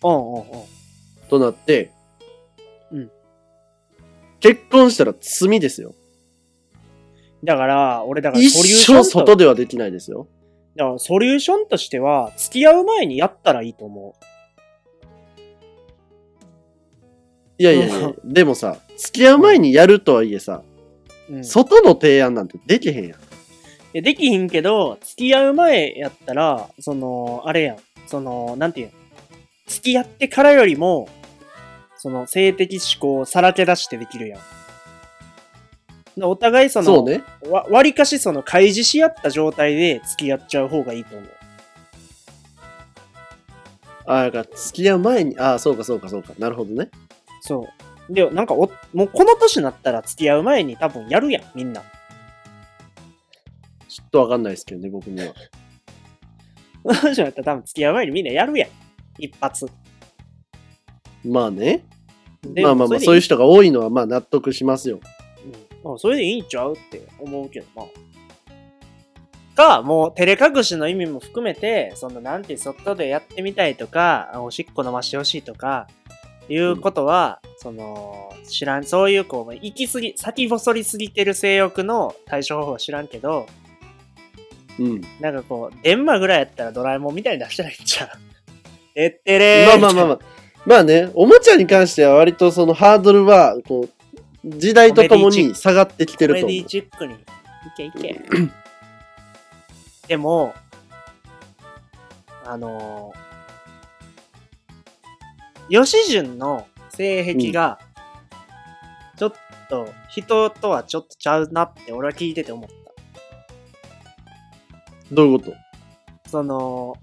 Speaker 1: とうんうんうん。
Speaker 2: となって。
Speaker 1: うん。
Speaker 2: 結婚したら罪ですよ。
Speaker 1: だから、俺だから
Speaker 2: 一
Speaker 1: ソリューションと
Speaker 2: 生外ではできないですよ。
Speaker 1: だからソリューションとしては、付き合う前にやったらいいと思
Speaker 2: いやいやいや、でもさ、付き合う前にやるとはいえさ、
Speaker 1: う。うん、
Speaker 2: 外の提案なんてできへん
Speaker 1: い
Speaker 2: やん。
Speaker 1: やできひんけど、付き合う前やったら、その、あれやん。その、なんていうん。付き合ってからよりも、その、性的思考をさらけ出してできるやん。お互いその、
Speaker 2: そうね。
Speaker 1: わ、割かしその、開示し合った状態で付き合っちゃう方がいいと思う。
Speaker 2: ああ、だから付き合う前に、ああ、そうかそうかそうか。なるほどね。
Speaker 1: そう。で、なんかお、もうこの年になったら付き合う前に多分やるやん、みんな。 [laughs]
Speaker 2: ちょっとわかんないですけどね、僕には。
Speaker 1: この年になったら多分付き合う前にみんなやるやん。一発。
Speaker 2: まあね。
Speaker 1: で
Speaker 2: まあまあま
Speaker 1: れ
Speaker 2: あ、
Speaker 1: で
Speaker 2: そういう人が多いのはまあ納得しますよ。
Speaker 1: うん、あそれでいいんちゃうって思うけどな。か、もう、照れ隠しの意味も含めて、その、なんて、外でやってみたいとか、おしっこ飲ましてほしいとか、いうことは、その、知らん、そういう、こう、行き過ぎ、先細りすぎてる性欲の対処方法は知らんけど、
Speaker 2: うん。
Speaker 1: なんかこう、電話ぐらいやったらドラえもんみたいに出したらいいんちゃう [laughs] えってれ
Speaker 2: まあ
Speaker 1: ー
Speaker 2: まあまあまあ。まあね、おもちゃに関しては割とそのハードルは、こう、時代とともに下がってきて
Speaker 1: コメ
Speaker 2: ると
Speaker 1: デ
Speaker 2: 思
Speaker 1: ィ
Speaker 2: う。
Speaker 1: チックに。いけいけ。でも、あのー、ヨシジュンの性癖が、ちょっと、人とはちょっとちゃうなって俺は聞いてて思った。
Speaker 2: どういうこと
Speaker 1: その、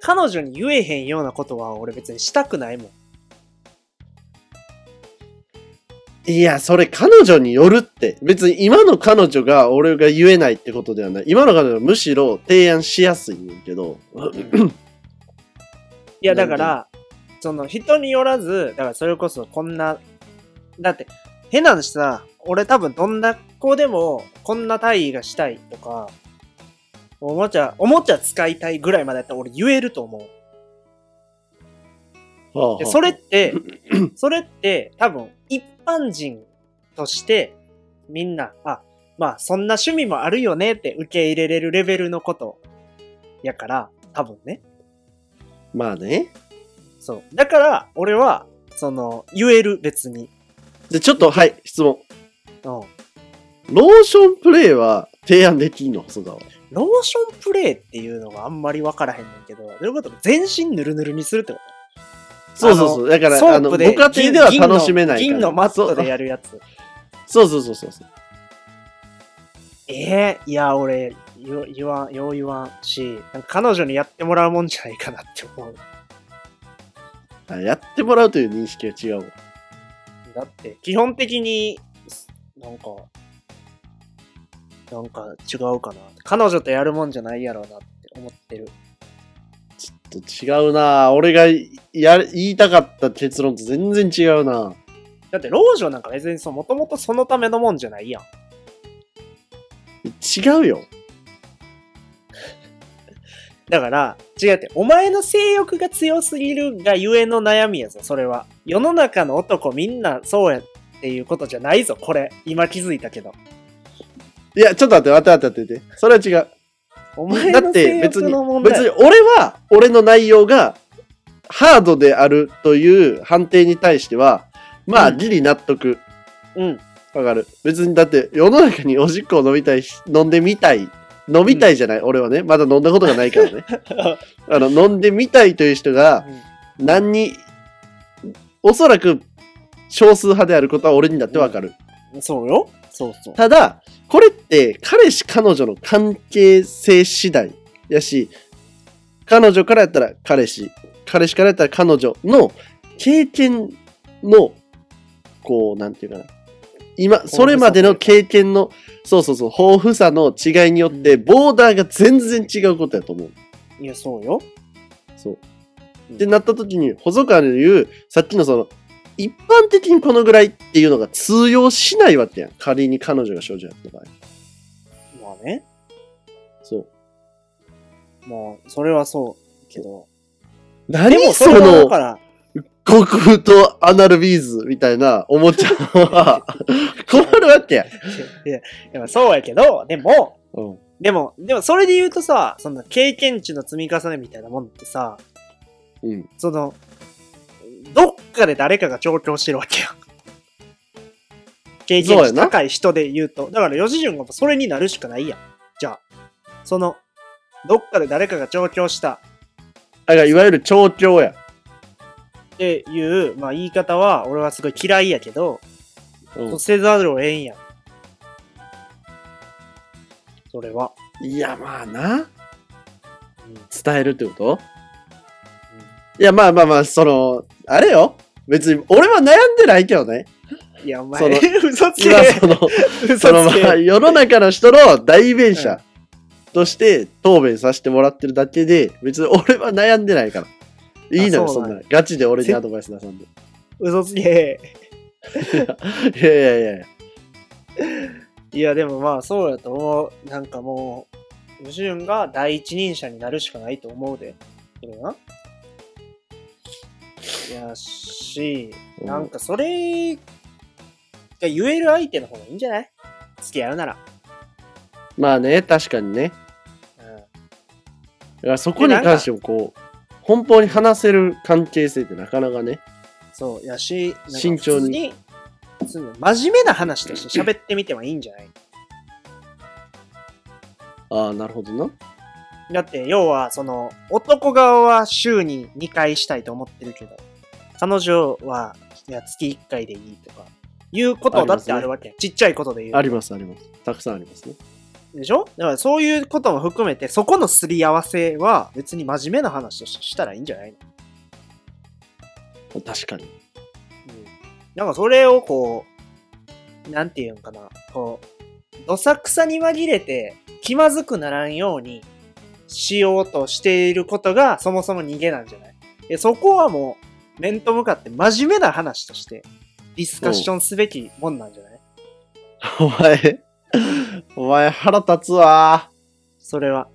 Speaker 1: 彼女に言えへんようなことは俺別にしたくないもん。
Speaker 2: いや、それ彼女によるって。別に今の彼女が俺が言えないってことではない。今の彼女はむしろ提案しやすいねんけど。
Speaker 1: いや、だから、その人によらず、だからそれこそこんな、だって、変な話さ、俺多分どんな子でもこんな体位がしたいとか、おもちゃ、おもちゃ使いたいぐらいまでだったら俺言えると思う。
Speaker 2: はあはあ
Speaker 1: で、それって、それって多分一般人としてみんな、あ、まあそんな趣味もあるよねって受け入れれるレベルのことやから、多分ね。
Speaker 2: まあね。
Speaker 1: そう。だから、俺は、その、言える別に。
Speaker 2: で、ちょっと、はい、質
Speaker 1: う
Speaker 2: 問。
Speaker 1: ん。
Speaker 2: ローションプレイは提案できんの細田は。
Speaker 1: ローションプレイっていうのがあんまり分からへんねんけど、どういうこと全身ぬるぬるにするってこと
Speaker 2: そうそうそう。だから、あの、ご家庭では楽しめないから。
Speaker 1: 銀の銀のマットで
Speaker 2: そう
Speaker 1: やるやつ。
Speaker 2: そうそうそうそうそう。
Speaker 1: えー、いや、俺、よ言わん、よう言わんし、なんか彼女にやってもらうもんじゃないかなって思う。
Speaker 2: あやってもらうという認識は違うもん。
Speaker 1: だって、基本的に、なんか、なんか違うかな。彼女とやるもんじゃないやろうなって思ってる。
Speaker 2: ちょっと違うな俺がや言いたかった結論と全然違うな
Speaker 1: だって、老女なんか別にその、もともとそのためのもんじゃないやん。
Speaker 2: 違うよ。
Speaker 1: だから、違うって、お前の性欲が強すぎるがゆえの悩みやぞ、それは。世の中の男みんなそうやっていうことじゃないぞ、これ。今気づいたけど。
Speaker 2: いや、ちょっと待って、待って待って待って。それは違う。
Speaker 1: お前
Speaker 2: だっ
Speaker 1: の
Speaker 2: て
Speaker 1: 性
Speaker 2: 別
Speaker 1: 欲
Speaker 2: に
Speaker 1: の問、題。
Speaker 2: 別に俺は、俺の内容がハードであるという判定に対しては、まあ、ギリ納得。
Speaker 1: うん。
Speaker 2: わかる。別に、だって、世の中におしっこを飲みたいし、飲んでみたい。飲みたいじゃない、俺はね。まだ飲んだことがな
Speaker 1: [laughs]
Speaker 2: いからね。あの、飲んでみたいという人が、何に、おそらく、少数派であることは俺にだってわかる。
Speaker 1: うんそうよ。そうそう。
Speaker 2: ただ、これって、彼氏彼女の関係性次第やし、彼女からやったら彼氏、彼氏からやったら彼女の経験の、こう、なんていうかな。今、それまでの経験の、そうそうそう、豊富さの違いによって、ボーダーが全然違うことやと思う。
Speaker 1: いや、そうよ。
Speaker 2: そう。ってなった時に、細川の言う、さっきのその、一般的にこのぐらいっていうのが通用しないわけやん。仮に彼女が少女やった場合。
Speaker 1: まあね。
Speaker 2: そう。
Speaker 1: もう、それはそう。けど。で
Speaker 2: 何
Speaker 1: も、
Speaker 2: そ
Speaker 1: それはだ
Speaker 2: の
Speaker 1: か、ら、
Speaker 2: 極風とアナルビーズみたいなおもちゃ
Speaker 1: [laughs]
Speaker 2: は、困るわけや。
Speaker 1: いや、でもそうやけど、でも、
Speaker 2: うん。
Speaker 1: でも、でもそれで言うとさ、その経験値の積み重ねみたいなもんってさ、
Speaker 2: うん。
Speaker 1: その、どっかで誰かが調教してるわけやん。経験
Speaker 2: そうや
Speaker 1: 値
Speaker 2: な
Speaker 1: 高い人で言うと。だから、吉純がそれになるしかないやん。じゃあ、その、どっかで誰かが調教した
Speaker 2: だから、いわゆる調教や。
Speaker 1: っていう、まあ言い方は、俺はすごい嫌いやけど、
Speaker 2: う
Speaker 1: そうせざるを得んやん。それは。
Speaker 2: ん。いや、まあな。
Speaker 1: うん
Speaker 2: 伝えるってこといや、まあまあまあ、その、あれよ。別に、俺は悩んでないけどね。
Speaker 1: いや、お前
Speaker 2: そ
Speaker 1: [laughs]
Speaker 2: の、
Speaker 1: 嘘つけ
Speaker 2: 今、その、 [laughs] その
Speaker 1: 嘘
Speaker 2: ま
Speaker 1: つけ
Speaker 2: あ世の中の人の代弁者として答弁させてもらってるだけで、別に俺は悩んでないから。いいのよ、
Speaker 1: あそ
Speaker 2: そう
Speaker 1: なんんや
Speaker 2: な。ガチで俺にアドバイス出さんで。
Speaker 1: 嘘つけ。
Speaker 2: いやいやいやいや。
Speaker 1: いや、でもまあ、そうやと思う。なんかもう、矛盾が第一人者になるしかないと思うで。これな。いやし、なんかそれが言える相手の方がいいんじゃない付き合うなら。
Speaker 2: まあね、確かにね。
Speaker 1: うん。
Speaker 2: だからそこに関してもこう、奔放に話せる関係性ってなかなかね。
Speaker 1: そう、やし、なんか
Speaker 2: 慎重
Speaker 1: 普
Speaker 2: に
Speaker 1: 通に。普通に真面目な話として喋ってみてもいいんじゃない
Speaker 2: ああ、なるほどな。
Speaker 1: だって、要は、その、男側は週に2回したいと思ってるけど、彼女は、いや、月1回でいいとか、いうことだってあるわけ。ちっちゃいことで言
Speaker 2: あ
Speaker 1: う。
Speaker 2: りますあります。たくさんありますね。
Speaker 1: でしょだから、そういうことも含めて、そこのすり合わせは、別に真面目な話としてしたらいいんじゃないの
Speaker 2: 確かに。
Speaker 1: うん。なんか、それをこう、なんていうんかな、こう、どさくさに紛れて、気まずくならんように、しようとしていることがそもそも逃げなんじゃないでそこはもう面と向かって真面目な話としてディスカッションすべきもんなんじゃない
Speaker 2: お前、 [laughs] お前腹立つわ。
Speaker 1: それは。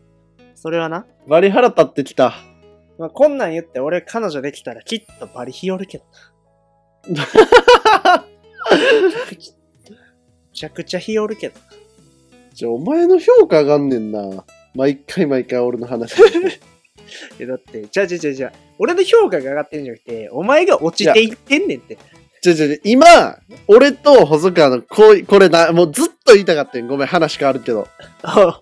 Speaker 1: それはな。
Speaker 2: バリ腹立ってきた。
Speaker 1: まあ、こんなん言って俺彼女できたらきっとバリ日和るけどな。めちゃくちゃ日和るけど。
Speaker 2: じゃあお前の評価上がんねんな。毎回毎回俺の話。い
Speaker 1: え、だって、じゃあじゃあじゃあじゃあ俺の評価が上がってるんじゃなくて、お前が落ちていってんねんって。
Speaker 2: [laughs] ちょちょちょ、今、俺と細川のこうこれな、もうずっと言いたかったん。ごめん、話変わるけど。
Speaker 1: [laughs]
Speaker 2: あ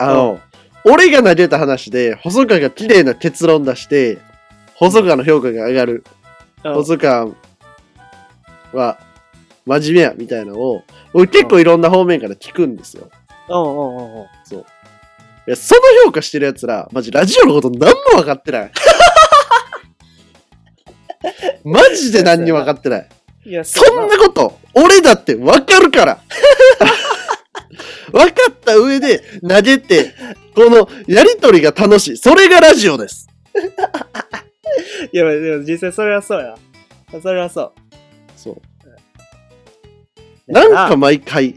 Speaker 2: の、俺が投げた話で、細川が綺麗な結論出して、細川の評価が上がる。細川は、真面目や、みたいなのを、俺結構いろんな方面から聞くんですよ。
Speaker 1: うんうんうんうん。
Speaker 2: いや、その評価してる奴ら、マジラジオのこと何も分かってない。マジで何にも分かってない。
Speaker 1: いや、
Speaker 2: そんなこと、俺だって分かるから。分かった上で投げて、このやりとりが楽しい。それがラジオです。
Speaker 1: いや、でも実際それはそうや。それはそ
Speaker 2: そう。
Speaker 1: う。だ
Speaker 2: な
Speaker 1: ら [laughs]
Speaker 2: んか毎回、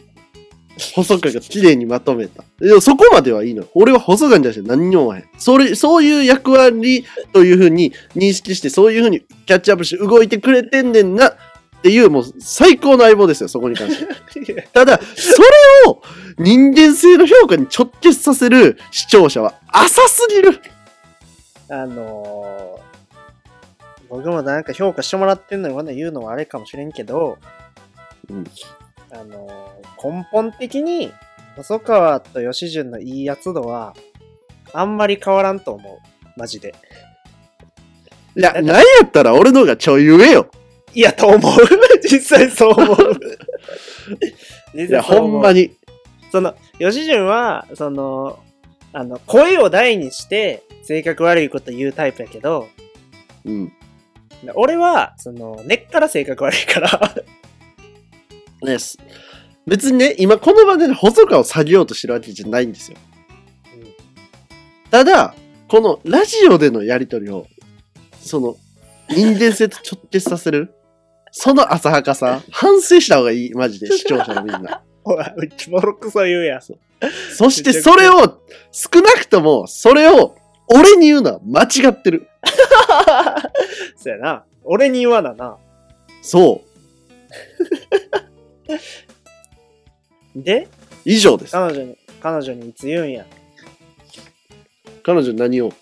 Speaker 2: 細川が綺麗にまとめた。いや、そこまではいいの。俺は細川に対して何にも思わへん。それ、そういう役割というふうに認識して、そういうふうにキャッチアップして動いてくれてんねんなっていう、もう最高の相棒ですよ、そこに関して。 [laughs]
Speaker 1: いや
Speaker 2: ただ、それを人間性の評価に直結させる視聴者は浅すぎる。
Speaker 1: あのー、僕もなんか評価してもらってんのにこんなん言うのはあれかもしれんけど、
Speaker 2: うん
Speaker 1: あのー根本的に細川と吉純のいいやつ度はあんまり変わらんと思う。マジで。
Speaker 2: いや、なんやったら俺の方がちょい上よ。
Speaker 1: いや、と思う。実際そう [laughs] 思う。実
Speaker 2: い
Speaker 1: 際
Speaker 2: や、
Speaker 1: そう
Speaker 2: ほ
Speaker 1: 思うん
Speaker 2: まに。
Speaker 1: その、吉純は、その、あの、声を大にして、性格悪いこと言うタイプやけど、
Speaker 2: うん。
Speaker 1: 俺は、その、根っから性格悪いから、 [laughs]
Speaker 2: です。別にね、今この場でね細川を下げようとしてるわけじゃないんですよ。
Speaker 1: うん
Speaker 2: ただ、このラジオでのやりとりを、その、人間性と直結させる、 [laughs] その浅はかさ、反省した方がいい、マジで、視聴者のみんな。
Speaker 1: ほら、うちボロクソ言うやん。
Speaker 2: そしてそれを、少なくとも、それを、俺に言うのは間違ってる。
Speaker 1: そやな。俺に言わなな。
Speaker 2: そう。
Speaker 1: で、
Speaker 2: 以上です。
Speaker 1: 彼女に、彼女にいつ言うんや。
Speaker 2: 彼女何を、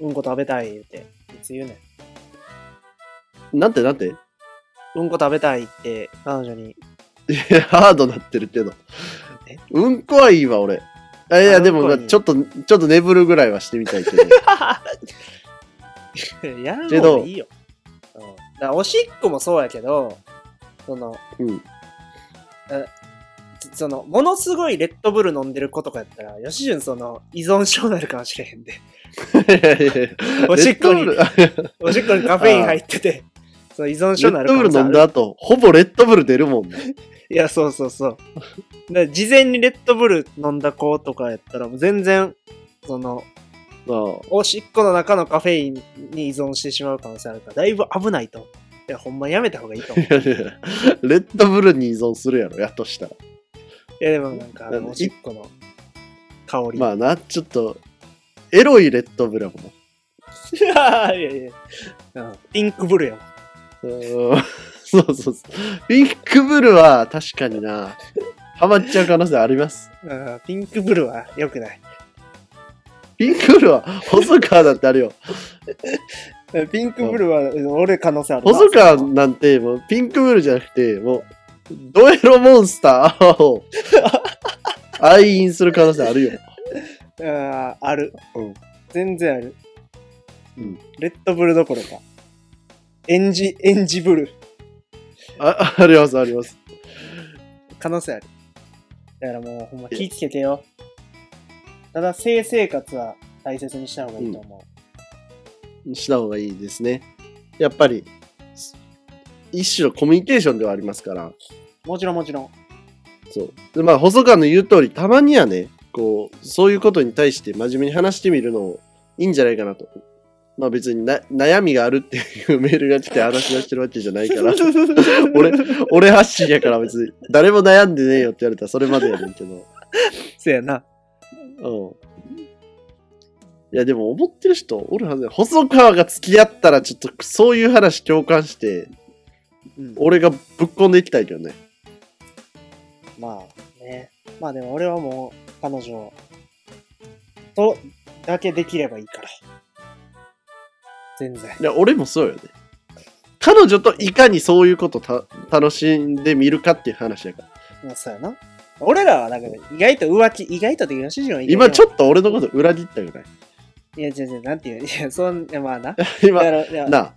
Speaker 1: うんこ食べたい言うて。いつ言うね
Speaker 2: なんてなんて、い
Speaker 1: ん。うんこ食べたいって、彼女に。
Speaker 2: や [laughs] ハードなってるけど
Speaker 1: え。
Speaker 2: うんこはいいわ、俺。あい
Speaker 1: あ
Speaker 2: や、でも、
Speaker 1: うんこ
Speaker 2: ま
Speaker 1: は
Speaker 2: あ
Speaker 1: いい
Speaker 2: ちょっと、ちょっと眠るぐらいはしてみたいけど。
Speaker 1: [laughs] やる
Speaker 2: け
Speaker 1: の
Speaker 2: ど
Speaker 1: いいよ。うん。だからおしっこもそうやけど、その、
Speaker 2: うん。
Speaker 1: つその、ものすごいレッドブル飲んでる子とかやったら、吉純その、依存症になるかもしれへんで。 [laughs]
Speaker 2: いやいやいや
Speaker 1: [laughs] おしっこに [laughs]
Speaker 2: レッドブル
Speaker 1: おしっこにカフェイン入ってて、その依存症にな
Speaker 2: レ
Speaker 1: る可能性あ
Speaker 2: ッドブル飲
Speaker 1: る
Speaker 2: んだ後、ほぼレッドブル出るもんね。
Speaker 1: いや、そうそうそう。だから事前にレッドブル飲んだ子とかやったら、もう全然、その、
Speaker 2: あ [laughs] あ
Speaker 1: おしっこの中のカフェインに依存してしまう可能性あるから、だいぶ危ないと思う。いや、ほんまやめた方がいいと思う。
Speaker 2: いやいやいやレッドブルに依存するやろ、やっとしたら。
Speaker 1: いや、でもなんか、あ
Speaker 2: なん
Speaker 1: の
Speaker 2: で
Speaker 1: おしっこの香り。
Speaker 2: まあな、ちょっと、エロいレッドブルやもんな。
Speaker 1: いや [laughs]
Speaker 2: [laughs]
Speaker 1: いやいや、うんピンクブルやもん。
Speaker 2: うんそうそうそう。ピンクブルは確かにな、ハマっちゃう可能性あります。
Speaker 1: うんピンクブルは良くない。
Speaker 2: ピンクブルは細川だってあるよ。
Speaker 1: ピンクブルは、俺可能性あるな。
Speaker 2: 細川なんてもうピンクブルじゃなくて、もうドエロモンスターを愛飲する可能性あるよ。
Speaker 1: あある、
Speaker 2: うん
Speaker 1: 全然ある、
Speaker 2: うん
Speaker 1: レッドブルどころかエンジエンジブル
Speaker 2: あありますあります。
Speaker 1: 可能性あるだからもうほんま気ぃつけてよただ性生活は大切にした方がいいと思
Speaker 2: した方がいいですね。やっぱり、一種のコミュニケーションではありますから。
Speaker 1: う、もちろんもちろん
Speaker 2: そう。で、まあ、細川の言う通り、たまにはね、こう、そういうことに対して真面目に話してみるのもいいんじゃないかなと。まあ別にな悩みがあるっていうメールが来て話し出してるわけじゃないから、
Speaker 1: [laughs]
Speaker 2: 俺、俺発信やから別に、誰も悩んでねえよって言われたらそれまでやねんけど。
Speaker 1: せやな
Speaker 2: うん。いやでも思ってる人おるはずや。細川が付き合ったらちょっとそういう話共感して、
Speaker 1: うん
Speaker 2: 俺がぶっ込んでいきたいけどね。
Speaker 1: まあねまあでも俺はもう彼女とだけできればいいから全然
Speaker 2: いや、俺もそうよね。彼女といかにそういうことた楽しんでみるかっていう話やから。
Speaker 1: まあそうやな俺らはだから意外と浮気意外とで吉純は意外
Speaker 2: 今ち
Speaker 1: ょ
Speaker 2: ょっと俺のこと裏切ったよね。
Speaker 1: [laughs] いや、違う違う、なんていう、 [laughs] いや、そん、いやまあな。だ
Speaker 2: 今
Speaker 1: か、ら、いやだか
Speaker 2: なあ、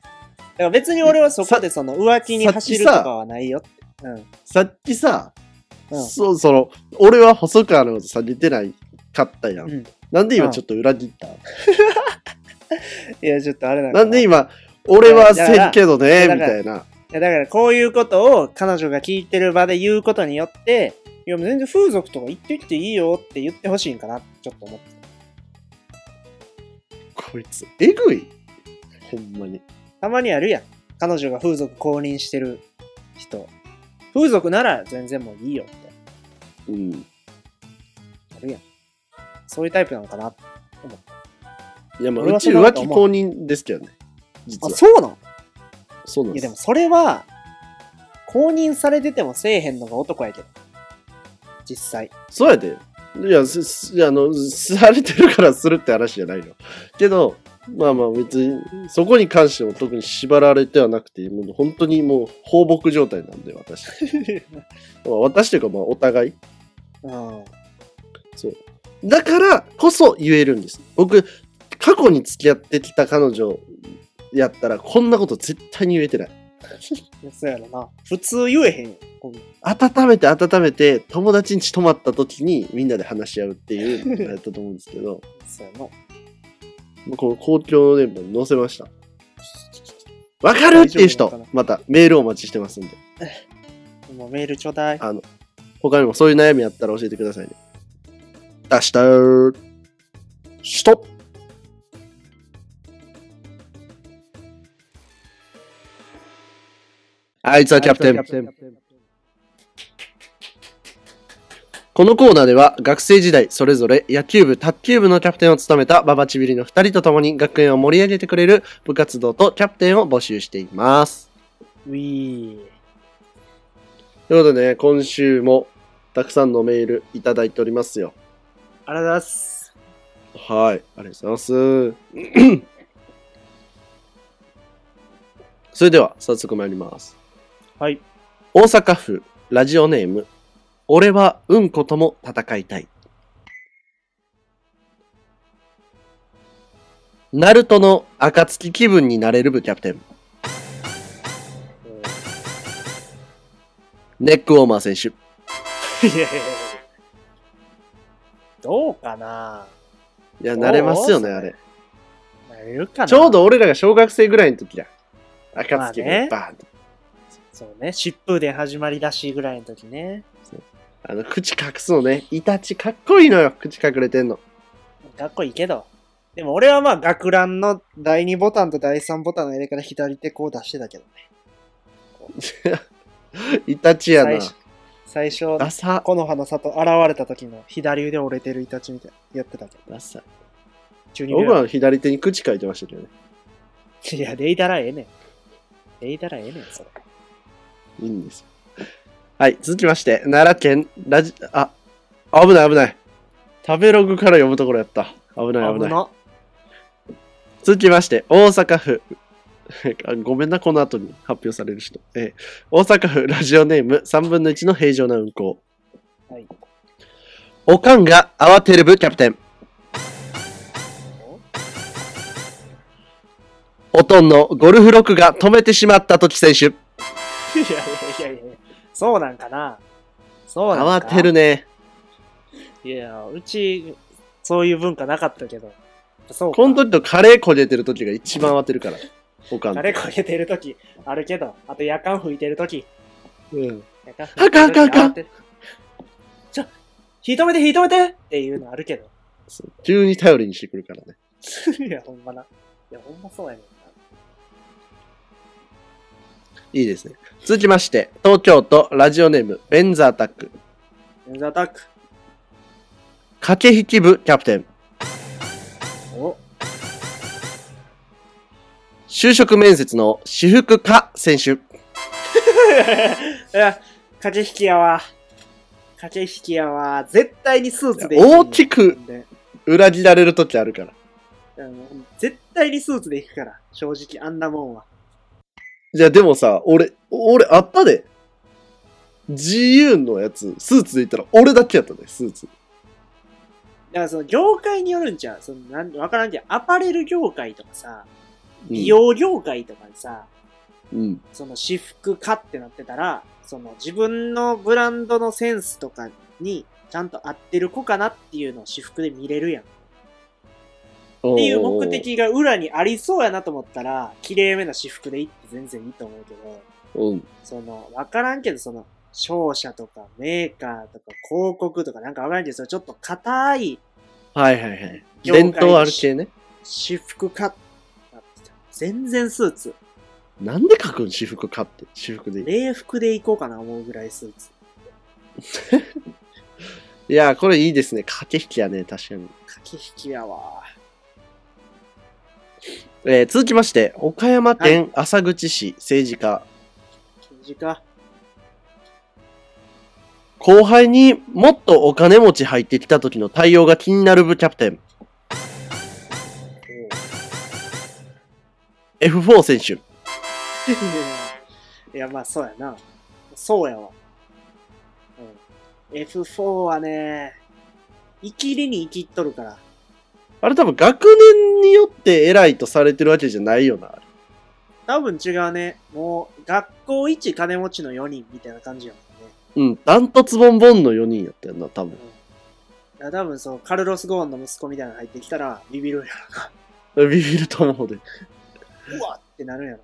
Speaker 1: ら別に俺はそこでその浮気に走るとかはないよって。うん。
Speaker 2: さっきさ、
Speaker 1: うん。
Speaker 2: そう、その、俺は細川のことされてないかったや
Speaker 1: う
Speaker 2: ん。
Speaker 1: ん
Speaker 2: なんで
Speaker 1: う
Speaker 2: 今
Speaker 1: ん
Speaker 2: ちょっと裏切った、
Speaker 1: いや、ちょっとあれだ
Speaker 2: なんで
Speaker 1: い
Speaker 2: 今、俺は
Speaker 1: だから
Speaker 2: せんけどね、
Speaker 1: だ
Speaker 2: み
Speaker 1: から
Speaker 2: たいな。
Speaker 1: や、だからこういうことを彼女が聞いてる場で言うことによって、いや、もう全然風俗とか言ってきていいよって言ってほしいんかなってちょっと思ってた。
Speaker 2: こいつ、えぐい。ほんまに。
Speaker 1: たまにあるやん。彼女が風俗公認してる人。風俗なら全然もういいよって。
Speaker 2: うん。
Speaker 1: あるやん。そういうタイプなのかな。
Speaker 2: いや、まあ、
Speaker 1: 俺は
Speaker 2: うち
Speaker 1: そんな
Speaker 2: 浮
Speaker 1: こと
Speaker 2: 気
Speaker 1: 思
Speaker 2: 公
Speaker 1: う
Speaker 2: 認ですけどね。実
Speaker 1: あ、
Speaker 2: は。
Speaker 1: そうなの
Speaker 2: そうなん
Speaker 1: い
Speaker 2: で
Speaker 1: やですも。それは、公認されててもせえへんのが男やけど。実
Speaker 2: [laughs]
Speaker 1: 際。
Speaker 2: そうやで。いや、すすあの、すされてるからするって話じゃないよ。けど、まあまあ別に、そこに関しても特に縛られてはなくて、もう本当にもう放牧状態なんで、私。 [laughs] まあ私というか、まあお互い。
Speaker 1: うん。
Speaker 2: だからこそ言えるんです。僕、過去に付き合ってきた彼女やったら、こんなこと絶対に言えてない。
Speaker 1: そうやろな。普通言えへんよ。こんな
Speaker 2: 温めて温めて、友達ん家泊まった時にみんなで話し合うってい
Speaker 1: [laughs]
Speaker 2: うのやったと思うんですけど、
Speaker 1: そうやな。
Speaker 2: もうこの公共の電波に載せました。わかるっていう
Speaker 1: 大丈夫なの
Speaker 2: 人
Speaker 1: か、
Speaker 2: またメールお待ちしてますんで。
Speaker 1: もうメールちょうだい。
Speaker 2: あの、他にもそういう悩みあったら教えてくださいね。出したー。ストップあいつはキャプテン。このコーナーでは学生時代それぞれ野球部、卓球部のキャプテンを務めたババチビリの2人と共に学園を盛り上げてくれる部活動とキャプテンを募集しています。
Speaker 1: ウィー。
Speaker 2: ということでね、今週もたくさんのメールいただいておりますよ。
Speaker 1: ありがとうございます。
Speaker 2: はい、ありがとうございます。 [coughs] それでは早速参ります。
Speaker 1: はい。
Speaker 2: 大阪府ラジオネーム俺はうんことも戦いたいナルトの暁気分になれる部キャプテンネックウォーマー選手
Speaker 1: いやいやいや [laughs] どうかない
Speaker 2: や慣れますよねあれ
Speaker 1: なれるかな
Speaker 2: ちょう。ど俺らが小学生ぐらいの時だ暁気
Speaker 1: まあ
Speaker 2: 分
Speaker 1: ね
Speaker 2: バーンと
Speaker 1: そうね。疾風で始まりだしぐらいの時ね。
Speaker 2: あの口隠すのねイタチかっこいいのよ口隠れてんの
Speaker 1: かっこいいけど。でも俺はまあ学ランの第2ボタンと第3ボタンの入れから左手こう出してたけどね。
Speaker 2: イタチやな
Speaker 1: 最初最初、
Speaker 2: ダサ
Speaker 1: 木の葉の里現れた時の左腕折れてるイタチみたいなやってたけど。
Speaker 2: ダサ
Speaker 1: 12
Speaker 2: 僕ら
Speaker 1: 秒。
Speaker 2: の左手に口書いてましたけどね
Speaker 1: いや、でいたらええねん。でいたらええねん、それ。
Speaker 2: いいんですよ。はい、続きまして、奈良県ラジ、あ、危ない危ない。食べログから読むところやった。危ない危ない。
Speaker 1: な。
Speaker 2: 続きまして、大阪府。 [laughs] あごめんな、この後に発表される人。えー大阪府ラジオネーム3分の1の平常な運行。
Speaker 1: はい。
Speaker 2: おかんが慌てる部キャプテン。おとんのゴルフロックが止めてしまった時選手。
Speaker 1: いやいやいやいやそうなんかな。そうなん
Speaker 2: 慌
Speaker 1: か
Speaker 2: てるね。
Speaker 1: いや、うち、そういう文化なかったけど。そうか。
Speaker 2: この時とカレーこげてる時が一番慌てるから。おかんって。
Speaker 1: あれこけてるとき、あるけど、あと夜間吹いてるとき。
Speaker 2: うん。
Speaker 1: 夜間吹いてる時
Speaker 2: あかんあかんあかん
Speaker 1: 慌てちょ、火止めて火止めてっていうのあるけど。
Speaker 2: そう急に頼りにしてくるからね。
Speaker 1: いや、ほんまな。いや、ほんまそうやねん
Speaker 2: いいですね。続きまして、東京都ラジオネーム、ベンザータック。
Speaker 1: な。レンズアタック。
Speaker 2: 駆け引き部キャプテン。
Speaker 1: お
Speaker 2: 就職面接の私服か選手。
Speaker 1: いや、駆け引きやわ。駆け引きやわ。絶対にスーツで
Speaker 2: 大きく裏切られる時あるから。
Speaker 1: うん絶対にスーツで行くから。正直、あんなもんは。
Speaker 2: いや、でもさ、俺、俺、あったで。GU のやつ、スーツで言ったら俺だけやったね、スーツ。
Speaker 1: だからその業界によるんじゃん。そのなんわからんけど、アパレル業界とかさ、
Speaker 2: うん
Speaker 1: 美容業界とかにさ、
Speaker 2: うん。
Speaker 1: その私服かってなってたら、その自分のブランドのセンスとかにちゃんと合ってる子かなっていうのを私服で見れるやん。っていう目的が裏にありそうやなと思ったら、綺麗めな私服で行って全然いいと思うけど、
Speaker 2: おー。うん。
Speaker 1: その、わからんけど、その、商社とかメーカーとか広告とかなんかわからんけど、そのちょっと硬い
Speaker 2: はいはいはい。
Speaker 1: 業界
Speaker 2: 伝統ある系ね。
Speaker 1: 私服かってなってた。全然スーツ。
Speaker 2: なんで書くん私服かって。私服でいい。
Speaker 1: 礼服で行こうかな思うぐらいスーツ。
Speaker 2: いやー、これいいですね。駆け引きやね、確かに。
Speaker 1: 駆け引きやわ。
Speaker 2: えー続きまして、岡山県浅口市政治家、
Speaker 1: 刑事か。
Speaker 2: 後輩にもっとお金持ち入ってきた時の対応が気になる部キャプテン。
Speaker 1: おう
Speaker 2: F4 選手。
Speaker 1: [laughs] いや、まあ、そうやな。そうやわ。うん。F4 はね、生きりに生きっとるから。
Speaker 2: あれ多分学年によって偉いとされてるわけじゃないよな。あれ
Speaker 1: 多分違うね。もう、学校一金持ちの4人みたいな感じやもんね。
Speaker 2: うん、ダントツボンボンの4人やったよな、多分。
Speaker 1: うん。いや、多分そう、カルロス・ゴーンの息子みたいなの入ってきたら、ビビるんや
Speaker 2: ビビると思うで。
Speaker 1: ろ。うわっってなるんやろな。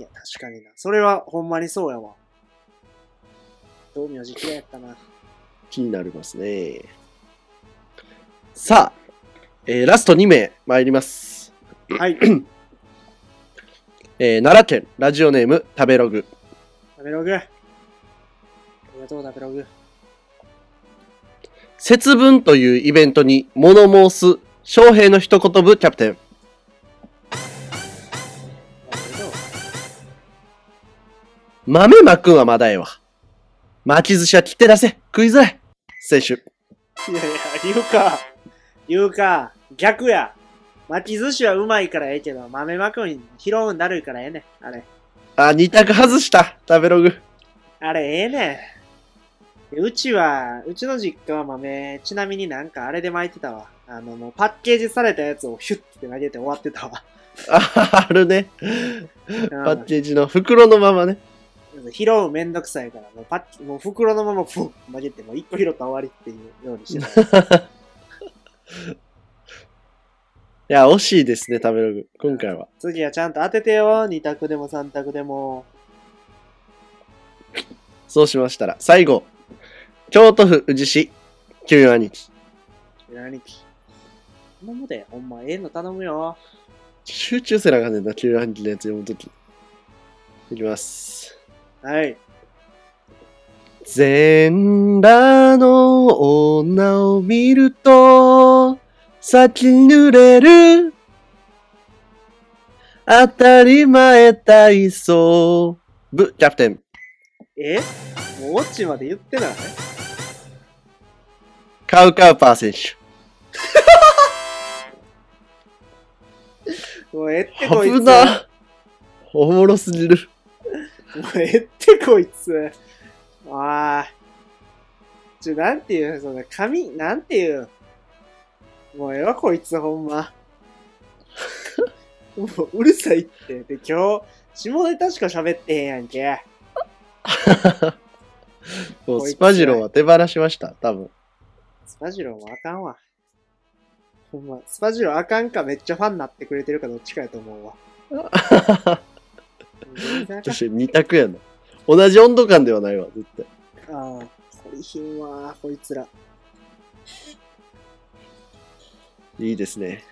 Speaker 1: いや、確かにな。それはほんまにそうやわ。道明寺嫌いやったな。
Speaker 2: 気になりますね。さあ、えーラスト2名参ります。
Speaker 1: [clears throat] はい。
Speaker 2: えー奈良県ラジオネーム食べログ。
Speaker 1: 食べログ。ありがとう、食べログ。
Speaker 2: 節分というイベントに物申す翔平の一言ぶキャプテン。
Speaker 1: ありがとう。
Speaker 2: 豆まくんはまだええわ。巻き寿司は切って出せ食いづらい選手。
Speaker 1: いやいや、言うか。言うか。逆や。巻き寿司はうまいからええけど、豆まくん拾うんだるいからええねん。あれ。
Speaker 2: あ、二択外した食べログ。
Speaker 1: あれええねん。でうちは、うちの実家は豆、ちなみになんかあれで巻いてたわ。あの、もうパッケージされたやつをヒュッて投げて終わってたわ。
Speaker 2: あ、あるね。
Speaker 1: うん
Speaker 2: パッケージの袋のままね。
Speaker 1: 拾うめんどくさいから、もうパッケもう袋のままふん投げて、もう一個拾ったら終わりっていうようにして
Speaker 2: [laughs]
Speaker 1: た。
Speaker 2: いや、惜しいですね、食べログ。今回は。
Speaker 1: 次はちゃんと当ててよ。二択でも三択でも。
Speaker 2: そうしましたら、最後。京都府宇治市、旧友兄貴。
Speaker 1: 兄貴。頼むで、ほんま、ええの頼むよ。
Speaker 2: 集中せなあかんねんな、旧友兄貴のやつ読むとき。いきます。
Speaker 1: はい。
Speaker 2: 全裸の女を見ると、先濡れる。当たり前体操部、キャプテン。
Speaker 1: えもうオッチまで言ってない
Speaker 2: カウカウパー選手。
Speaker 1: もうええってこいつ。
Speaker 2: 危な。おもろすぎる。
Speaker 1: もうええってこいつ。ああ。ちょ、なんていう、その、髪、なんていう。もうええわ、こいつ、ほんま。もう、うるさいって。で、今日、下ネタしか喋ってへんやんけ。
Speaker 2: も
Speaker 1: こ
Speaker 2: う
Speaker 1: いつ
Speaker 2: スパジローは手放しました、多分。
Speaker 1: スパジローもあかんわ。ほんま、スパジローあかんかめっちゃファンになってくれてるかどっちかやと思うわ。全然あかん
Speaker 2: そして二択やな。同じ温度感ではないわ、絶対。
Speaker 1: ああ、こりひんわ、こいつら。
Speaker 2: いいですね。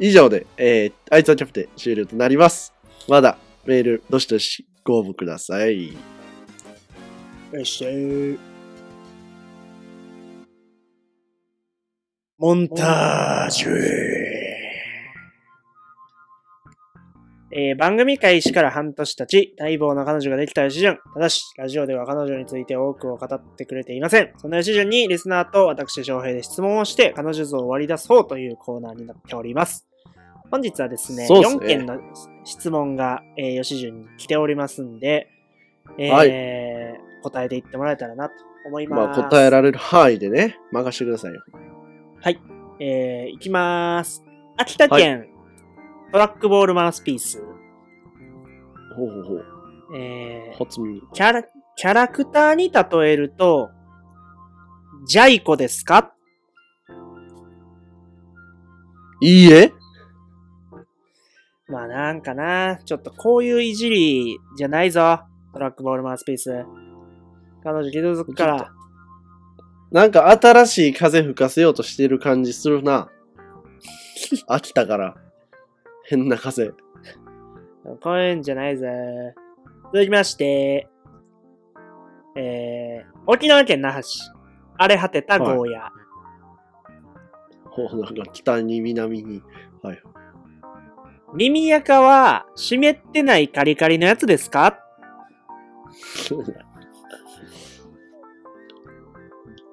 Speaker 2: 以上で、えー、あいつはキャプテン終了となります。まだメール、どしどしご応募ください。
Speaker 1: よっしゃー。モンタージュえー番組開始から半年経ち、待望の彼女ができた吉純。ただし、ラジオでは彼女について多くを語ってくれていません。そんな吉純にリスナーと私、翔平で質問をして、彼女像を割り出そうというコーナーになっております。本日はですね、
Speaker 2: そうっすね
Speaker 1: 4件の質問が、えー、吉純に来ておりますんで、えー
Speaker 2: は
Speaker 1: 答えていってもらえたらなと思います。
Speaker 2: まあ、答えられる範囲でね、任してくださいよ。
Speaker 1: はい。えー、いきまーす。秋田県、トラックボールマウスピース。
Speaker 2: ほうほうほう。
Speaker 1: えー、
Speaker 2: 初耳。
Speaker 1: キャラ、キャラクターに例えると、ジャイコですか
Speaker 2: いいえ
Speaker 1: まあなんかな、ちょっとこういういじりじゃないぞ。トラックボールマウスピース。彼女傷つくか
Speaker 2: ちょっ
Speaker 1: ら。
Speaker 2: なんか新しい風吹かせようとしてる感じするな。 [laughs] 飽きたから。変な風。
Speaker 1: こういうんじゃないぜ。続きまして、えー、沖縄県那覇市。荒れ果てたゴーヤ。
Speaker 2: ほう、なんか北に南に。はい。 [laughs]
Speaker 1: 耳垢は湿ってないカリカリのやつですか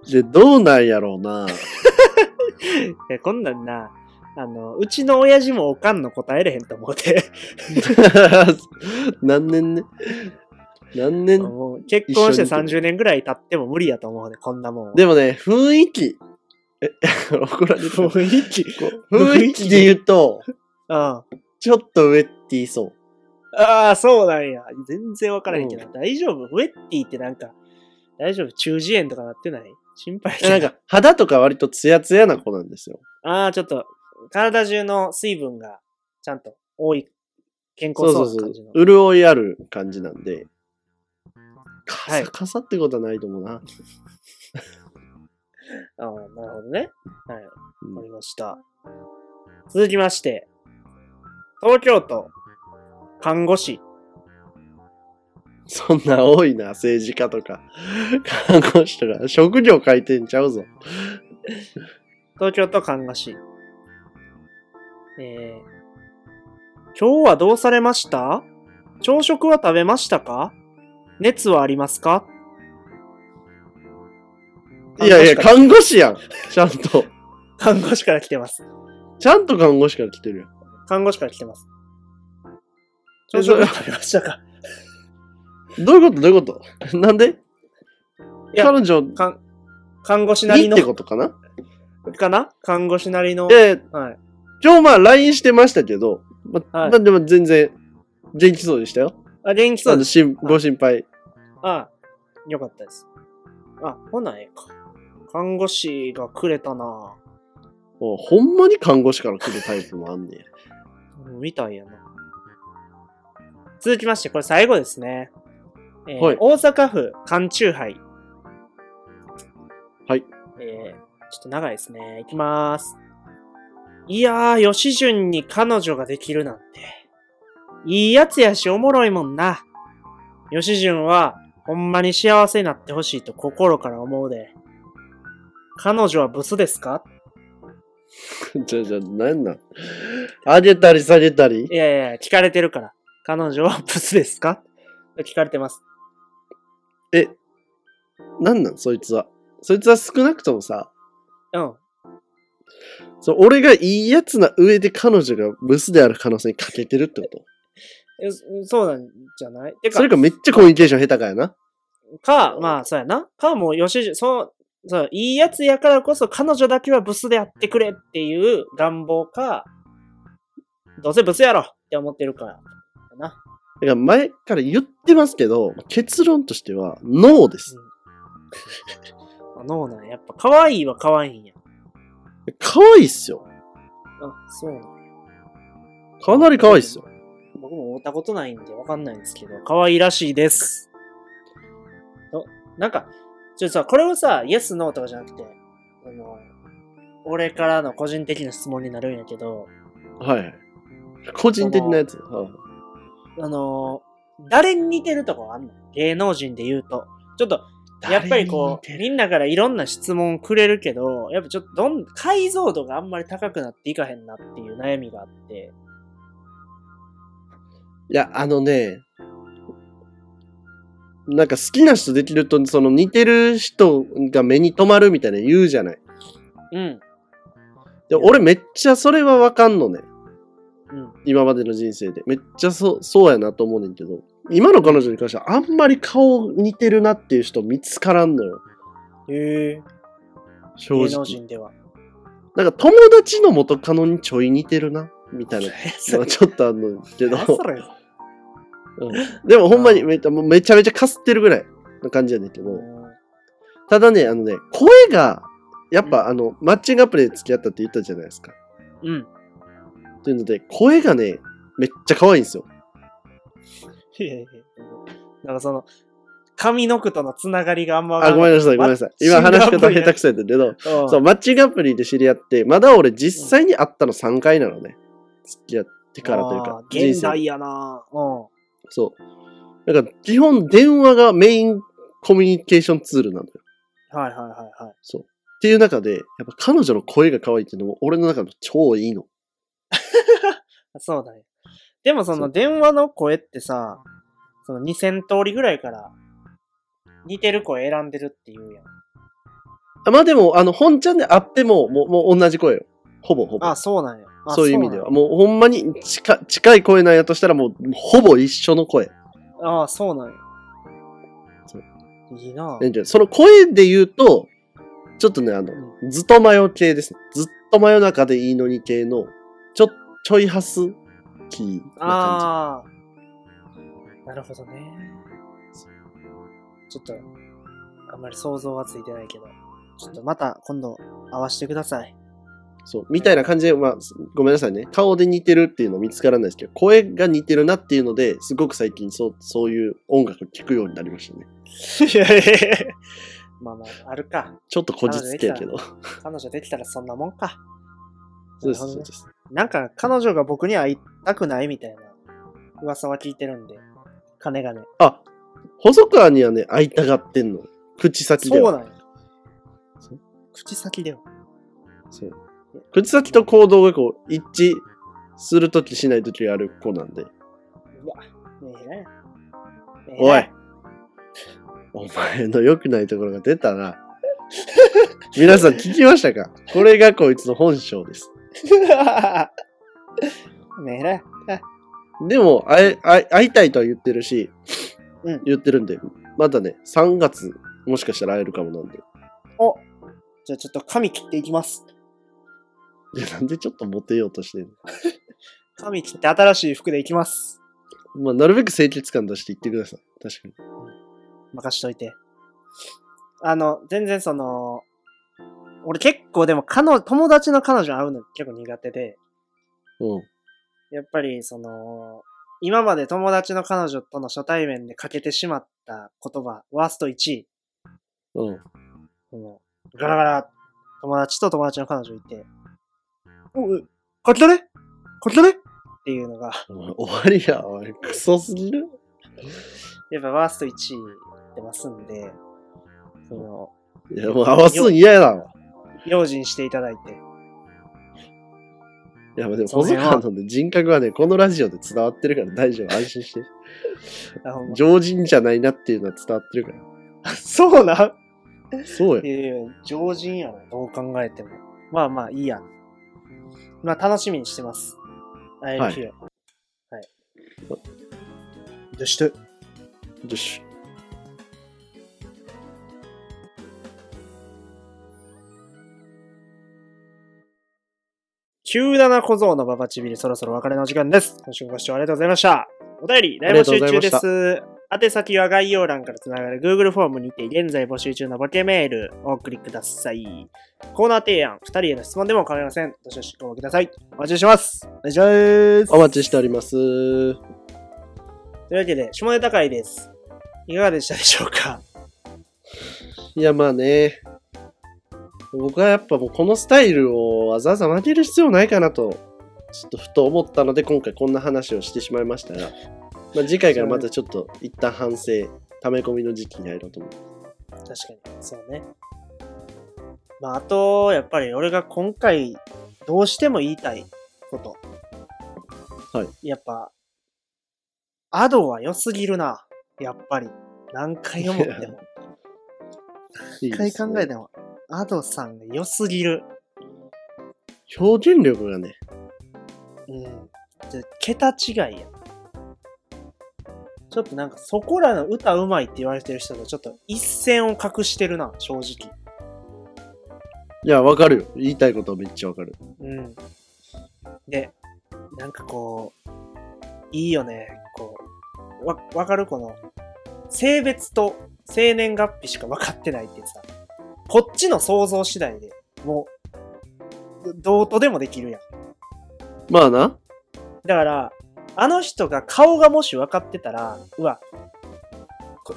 Speaker 2: で、どうなんやろうな。
Speaker 1: いやこんなんな、あの、うちの親父もおかんの答えれへんと思って、 [laughs]
Speaker 2: [laughs] 何年ね何年
Speaker 1: もう結婚して
Speaker 2: 一緒に
Speaker 1: 30年ぐらい経っても無理やと思うね、こんなもん。
Speaker 2: でもね、雰囲気。え、 [laughs] 怒られる。雰
Speaker 1: 囲気
Speaker 2: 囲気で言うと、
Speaker 1: うん。あ
Speaker 2: ちょっと上って言いそう。
Speaker 1: あ、そうなんや。全然わからへんけど、大丈夫ウェッティってなんか、大丈夫中耳炎とかなってない心配
Speaker 2: えなんか、肌とか割とツヤツヤな子なんですよ。
Speaker 1: ああ、ちょっと、体中の水分がちゃんと多い、健
Speaker 2: そ
Speaker 1: 康
Speaker 2: うそ
Speaker 1: そううな
Speaker 2: そ
Speaker 1: 感
Speaker 2: う
Speaker 1: じの。。
Speaker 2: 潤いある感じなんで。カ
Speaker 1: は
Speaker 2: サ
Speaker 1: い
Speaker 2: カサってことはないと思うな。
Speaker 1: ああ、なるほどね。はい。
Speaker 2: うん
Speaker 1: わかりました。続きまして、東京都、看護師。
Speaker 2: そんな多いな、政治家とか、看護師とか、職業書いてんちゃうぞ。
Speaker 1: 東京都看護師。えー、今日はどうされました朝食は食べましたか熱はありますか
Speaker 2: いやいや、
Speaker 1: 看護師から
Speaker 2: 看護師やん。ちゃんと。
Speaker 1: 看護師から来てます。
Speaker 2: ちゃんと看護師から来てるよ。
Speaker 1: 看護師から来てます。
Speaker 2: え
Speaker 1: 朝食は食べましたか
Speaker 2: どういうことどういうこと [laughs] なんで
Speaker 1: いや
Speaker 2: 彼女に
Speaker 1: 看看護師なり
Speaker 2: ってこ
Speaker 1: の、
Speaker 2: とかな
Speaker 1: かな看護師なりの、
Speaker 2: えー
Speaker 1: はい。
Speaker 2: 今日まあ LINE してましたけど、まあ
Speaker 1: はい
Speaker 2: まあでも全然元気そうでしたよ。
Speaker 1: あ、元気そ
Speaker 2: な
Speaker 1: うんで。
Speaker 2: ですしんご心配。
Speaker 1: あよかったです。あ、ほなええか。看護師がくれたな
Speaker 2: おほんまに看護師から来るタイプもあんねや。
Speaker 1: うんみたいやな。続きまして、これ最後ですね。えー
Speaker 2: はい
Speaker 1: 大阪府缶中杯。
Speaker 2: はい。
Speaker 1: えー、ちょっと長いですね。いきまーす。いやー、吉純に彼女ができるなんて。いいやつやし、おもろいもんな。吉純は、ほんまに幸せになってほしいと心から思うで。彼女はブスですか
Speaker 2: じゃじゃ、なん [laughs] なん上げたり下げたり
Speaker 1: いやいやいや、聞かれてるから。彼女はブスですか聞かれてます。
Speaker 2: え、なんなんそいつは。そいつは少なくともさ、
Speaker 1: うん。
Speaker 2: そう俺がいいやつな上で彼女がブスである可能性に欠けてるってこ
Speaker 1: えそそうなんじゃないて
Speaker 2: と
Speaker 1: か、
Speaker 2: それかめっちゃコミュニケーション下手かやな。
Speaker 1: かまあ、そうやな。か、もう、吉純、そう、そう、いいやつやからこそ、彼女だけはブスでやってくれっていう願望か、どうせブスやろって思ってるから。な。
Speaker 2: だから前から言ってますけど、結論としては、ノーです。
Speaker 1: あのなんややっぱ、可愛いは可愛いんや。
Speaker 2: 可愛いっすよ。
Speaker 1: あ、そうなんや
Speaker 2: かなり可愛いっすよ。
Speaker 1: 僕も会ったことないんで、わかんないんですけど、可愛いらしいです。となんか、ちょっとさ、これをさ、イエス、ノーとかじゃなくて、あの、俺からの個人的な質問になるんやけど、
Speaker 2: はいはい。個人的なやつ。はい
Speaker 1: あのー誰に似てるとかあんの芸能人で言うと。ちょっと、やっぱりこう、みんなからいろんな質問くれるけど、やっぱちょっとどん、解像度があんまり高くなっていかへんなっていう悩みがあって。
Speaker 2: いや、あのね、なんか好きな人できると、その似てる人が目に留まるみたいな言うじゃない。
Speaker 1: うん。
Speaker 2: で、俺めっちゃそれはわかんのね。
Speaker 1: うん。
Speaker 2: 今までの人生で。めっちゃそう、そうやなと思うねんけど。今の彼女に関してはあんまり顔似てるなっていう人見つからんのよ。
Speaker 1: へえ。芸
Speaker 2: 正
Speaker 1: 能
Speaker 2: 直。
Speaker 1: 人では。
Speaker 2: なんか友達の元カノにちょい似てるな、み
Speaker 1: [laughs]
Speaker 2: たいな。
Speaker 1: そ
Speaker 2: のはちょっとあんのけど。
Speaker 1: それ
Speaker 2: うんでもほんまにめっちゃもうめちゃめちゃかすってるぐらいの感じやねんけど。ただね、あのね、声が、やっぱあの、マッチングアプリで付き合ったって言ったじゃないですか。
Speaker 1: うん。
Speaker 2: というので、声がね、めっちゃ可愛いんですよ。
Speaker 1: いやいやいやなんかその、髪の毛とのつながりがあんまわか
Speaker 2: あ、ごめんなさい、ごめんなさい。今
Speaker 1: マッ
Speaker 2: 話し
Speaker 1: チングアプ
Speaker 2: 方
Speaker 1: リ
Speaker 2: 下
Speaker 1: ね
Speaker 2: 手くそやったけど、
Speaker 1: うん
Speaker 2: そう、マッチングアプリで知り合って、まだ俺実際に会ったの3回なのね。付き合ってからという
Speaker 1: あ
Speaker 2: か
Speaker 1: ー、
Speaker 2: 人
Speaker 1: 現
Speaker 2: 生。
Speaker 1: 代やなうん。
Speaker 2: そう。だから基本電話がメインコミュニケーションツールなのよ。
Speaker 1: はいはいはいはい。
Speaker 2: そう。っていう中で、やっぱ彼女の声が可愛いっていうのも俺の中の超いいの。
Speaker 1: そうだよ。でもそ
Speaker 2: そ
Speaker 1: の
Speaker 2: う
Speaker 1: 電話の声ってさ、その2000通りぐらいから似てる声選んでるっていうやん。
Speaker 2: あまあでも、あの、本ちゃんで会っても、もう、もう同じ声よ。ほぼほぼ
Speaker 1: あ、。そうなんや。あ
Speaker 2: そういう意味では。。もうほんまに近近い声なんやとしたらもうほぼ一緒の
Speaker 1: そ
Speaker 2: 声。
Speaker 1: うなんやああ、そうなんや
Speaker 2: そう。
Speaker 1: いいな
Speaker 2: なんていうのその声で言うと、ちょっとね、あの、ずっと真夜系ですね。ずっと真夜中でいいのに系の、ちょ、ちょいハスキーな
Speaker 1: ああ。なるほどね。ちょっと、あんまり想像はついてないけど、ちょっとまた今度合わせてくださ
Speaker 2: [laughs]
Speaker 1: い。
Speaker 2: 感じ。そう、みたいな感じで、まあ、ごめんなさいね。顔で似てるっていうのは見つからないですけど、声が似てるなっていうので、すごく最近そう、そういう音楽を聴くようになりましたね。
Speaker 1: いやいやいやまあまあ、あるか。
Speaker 2: ちょっとこじつけやけど。
Speaker 1: 彼女できたらそんなもんか。
Speaker 2: そうです、
Speaker 1: なる
Speaker 2: そう
Speaker 1: ほどね
Speaker 2: です。
Speaker 1: なんか彼女が僕に会いたくないみたいな噂は聞いてるんで、金がね。
Speaker 2: あ、細川にはね、会いたがってんの。口先
Speaker 1: そ
Speaker 2: で
Speaker 1: う
Speaker 2: は。
Speaker 1: なんや
Speaker 2: そう。
Speaker 1: 口先では。
Speaker 2: そう。口先と行動がこう、一致するときしないときがある子なんで。
Speaker 1: うわ、ねえねえねえ
Speaker 2: おいお前の良くないところが出た [laughs] な。皆さん聞きましたかこれがこいつの本性です。
Speaker 1: [laughs] ねえね
Speaker 2: でも、会え会え会いたいとは言ってるし、
Speaker 1: うん
Speaker 2: 言ってるんで、まだね、3月、もしかしたら会えるかもなんで。
Speaker 1: おじゃあちょっと髪切っていきます。
Speaker 2: いや、なんでちょっとモテようとしてん
Speaker 1: 髪切って新しい服でいきます。
Speaker 2: のまあ、なるべく清潔感出して言ってください。確かに。
Speaker 1: 任しといて。あの、全然その、俺結構でも彼女、友達の彼女会うの結構苦手で、
Speaker 2: うん。
Speaker 1: やっぱりその、今まで友達の彼女との初対面で欠けてしまった言葉、ワースト1位。
Speaker 2: うん。
Speaker 1: そのガラガラ、友達と友達の彼女いて、おい、書き取れ書き取れっていうのが、
Speaker 2: お前終わりや。お前、クソすぎる。
Speaker 1: やっぱワースト1位出ますんで、その、
Speaker 2: いや、もう合わすん嫌やな。
Speaker 1: 用心していただいて。
Speaker 2: いや、でも、
Speaker 1: そう
Speaker 2: 細
Speaker 1: ね
Speaker 2: 川のね、人格はね、このラジオで伝わってるから大丈夫。安心して。
Speaker 1: あほんま
Speaker 2: 常人じゃないなっていうのは伝わってるか
Speaker 1: そうなん
Speaker 2: ら。
Speaker 1: [laughs]
Speaker 2: そうよ
Speaker 1: い。やいや常人やろ、どう考えても。まあまあ、いいや。まあ、楽しみにしてます。会える日を。はい。どうして
Speaker 2: よし。
Speaker 1: ?97 小僧のババチビリ、そろそろお別れの時間です。今週もご視聴ありがとうございました。お便り、大募集中です。宛先は概要欄からつながる Google フォームにて、現在募集中のボケメールをお送りください。コーナー提案、2人への質問でも構いません。どしどしご応募ください。お待ちしてます。お願いします。
Speaker 2: お待ちしております。
Speaker 1: というわけで、下ネタ会です。いかがでしたでしょうか
Speaker 2: いや、まあね。僕はやっぱもうこのスタイルをわざわざ負ける必要ないかなと、ちょっとふと思ったので、今回こんな話をしてしまいましたが、まあ、次回からまたちょっと一旦反省、溜め込みの時期に入ろうと思う。
Speaker 1: 確かに。そうね。まあ、あと、やっぱり俺が今回、どうしても言いたいこと。。
Speaker 2: はい
Speaker 1: やっぱ、アドは良すぎるな。やっぱり。何回思っても。
Speaker 2: い
Speaker 1: 一
Speaker 2: いで
Speaker 1: 回
Speaker 2: すね
Speaker 1: 考えても。アドさんが良すぎる。
Speaker 2: 表現力がね、
Speaker 1: うん。ちょ桁違いや。ちょっとなんかそこらの歌うまいって言われてる人とちょっと一線を隠してるな、正直。
Speaker 2: いや、わかるよ。言いたいことはめっちゃわかる。
Speaker 1: うん。で、なんかこう、いいよね。こう、わ、わかるこの、性別と生年月日しか分かってないってさ、こっちの想像次第でもう、どどうとでもできるやん。
Speaker 2: まあな。
Speaker 1: だから、あの人が顔がもし分かってたら、うわ、こ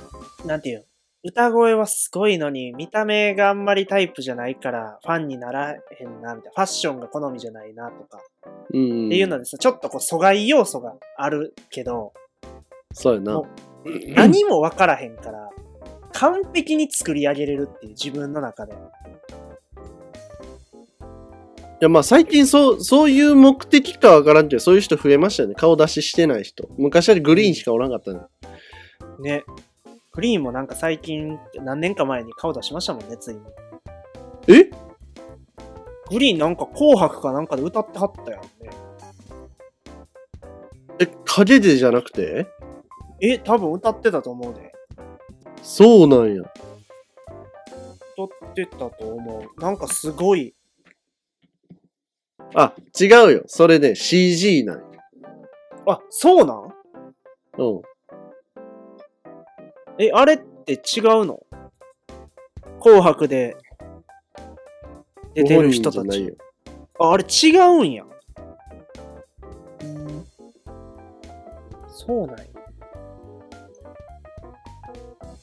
Speaker 1: なんていうの歌声はすごいのに、見た目があんまりタイプじゃないから、ファンにならへんな、みたいな。ファッションが好みじゃないな、とか。
Speaker 2: うん。
Speaker 1: っていうのでさ、ちょっとこう、阻害要素があるけど、
Speaker 2: そうやな
Speaker 1: も。何も分からへんから、完璧に作り上げれるっていう、自分の中で。
Speaker 2: いやまあ最近そう、そういう目的かわからんけど、そういう人増えましたよね。顔出ししてない人。昔はグリーンしかおらんかったね。
Speaker 1: ね。クリーンもなんか最近、何年か前に顔出しましたもんね、ついに。
Speaker 2: え
Speaker 1: グリーンなんか紅白かなんかで歌ってはったやんね。
Speaker 2: え、影でじゃなくて
Speaker 1: え、多分歌ってたと思うで。
Speaker 2: そうなんや。
Speaker 1: 歌ってたと思う。なんかすごい。
Speaker 2: あ、違うよ。それね、CG なんや。
Speaker 1: あ、そうなん
Speaker 2: うん。
Speaker 1: え、あれって違うの紅白で出てる人た
Speaker 2: ご本人じゃない
Speaker 1: ち
Speaker 2: よ。。
Speaker 1: あ、あれ違うんや。そうなんや。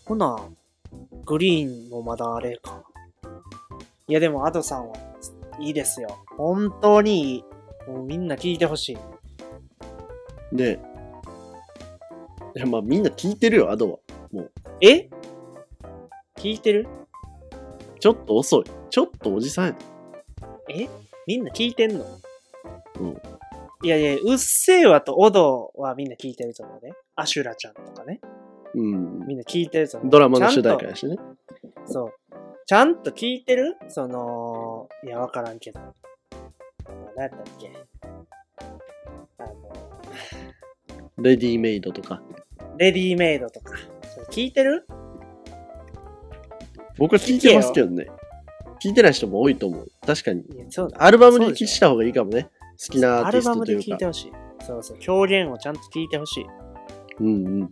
Speaker 1: ほな、グリーンもまだあれか。いやでも、アドさんは、いいですよ。本当にいい。もうみんな聞いてほしい。
Speaker 2: ねえ。いや、まあみんな聞いてるよ、アドは。
Speaker 1: え聞いてる
Speaker 2: ちょっと遅い。ちょっとおじさんやで
Speaker 1: えみんな聞いてんの
Speaker 2: うん。
Speaker 1: いやいや、うっせぇわとオドはみんな聞いてると思うね。アシュラちゃんとかね。
Speaker 2: うん。
Speaker 1: みんな聞いてると思う。
Speaker 2: ドラマの主
Speaker 1: ちゃ
Speaker 2: 題
Speaker 1: んと
Speaker 2: 歌やしね。
Speaker 1: そう。ちゃんと聞いてるその、いや、わからんけど。何やったっけあの、
Speaker 2: レディメイドとか。
Speaker 1: レディメイドとか。それ聞いてる
Speaker 2: 僕は聞いてますけどね。聞いてない人も多いと思う。確かに。
Speaker 1: いや、そう
Speaker 2: アルバムに
Speaker 1: そうでしょ
Speaker 2: した方がいいかもね。好きなア
Speaker 1: ア
Speaker 2: ーティ
Speaker 1: ル
Speaker 2: ス
Speaker 1: バ
Speaker 2: ト
Speaker 1: ム
Speaker 2: とい
Speaker 1: で
Speaker 2: う
Speaker 1: 聞い
Speaker 2: か
Speaker 1: て。ほしい。そうそう。表現をちゃんと聞いてほしい。
Speaker 2: うんうん。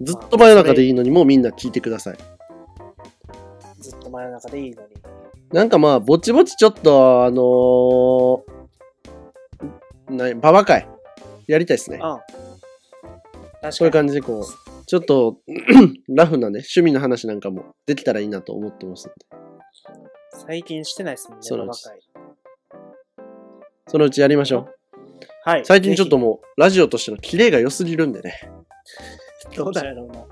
Speaker 2: ずっと真夜中でいいのにもうみんな聞いてください。
Speaker 1: ずっと真夜中でいいのに。
Speaker 2: なんかまあ、ぼちぼちちょっと、あのー、なババ会やりたいです
Speaker 1: う
Speaker 2: ね。
Speaker 1: ん。確かに。
Speaker 2: そういう感じでこう、ちょっと、 [clears throat] ラフなね、趣味の話なんかもできたらいいなと思ってますんで。
Speaker 1: 最近してないですもんね、
Speaker 2: そうなん
Speaker 1: ババ
Speaker 2: です
Speaker 1: 会
Speaker 2: そのうちやりましょう。
Speaker 1: はい。
Speaker 2: 最近ちょっと
Speaker 1: ぜ
Speaker 2: もう、ラジオとしてのキレが良すぎるんでね、
Speaker 1: ひどうだろうな。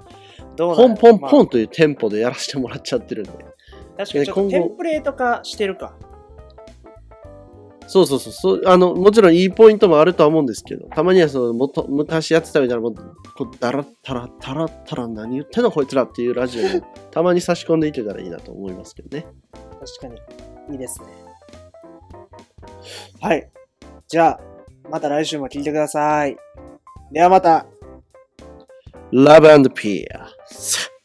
Speaker 1: どうだ
Speaker 2: ポ
Speaker 1: ろう
Speaker 2: ンポンポ
Speaker 1: ま
Speaker 2: ンというテンポでやらせてもらっちゃってるんで。
Speaker 1: あ確かにちょっと
Speaker 2: ね今
Speaker 1: テ
Speaker 2: 後
Speaker 1: ンプレート化してるか。
Speaker 2: そうそうそうそうあの、もちろんいいポイントもあるとは思うんですけど、たまにはそのもと昔やってたみたいなもん、こうだらったらたらったら何言ってんのこいつらっていうラジオもたまに差し込んでいけたらいいなと思いますけどね。
Speaker 1: 確かに。いいですね。はい。じゃあ、また来週も聞いてください。ではまた。
Speaker 2: Love and Peace!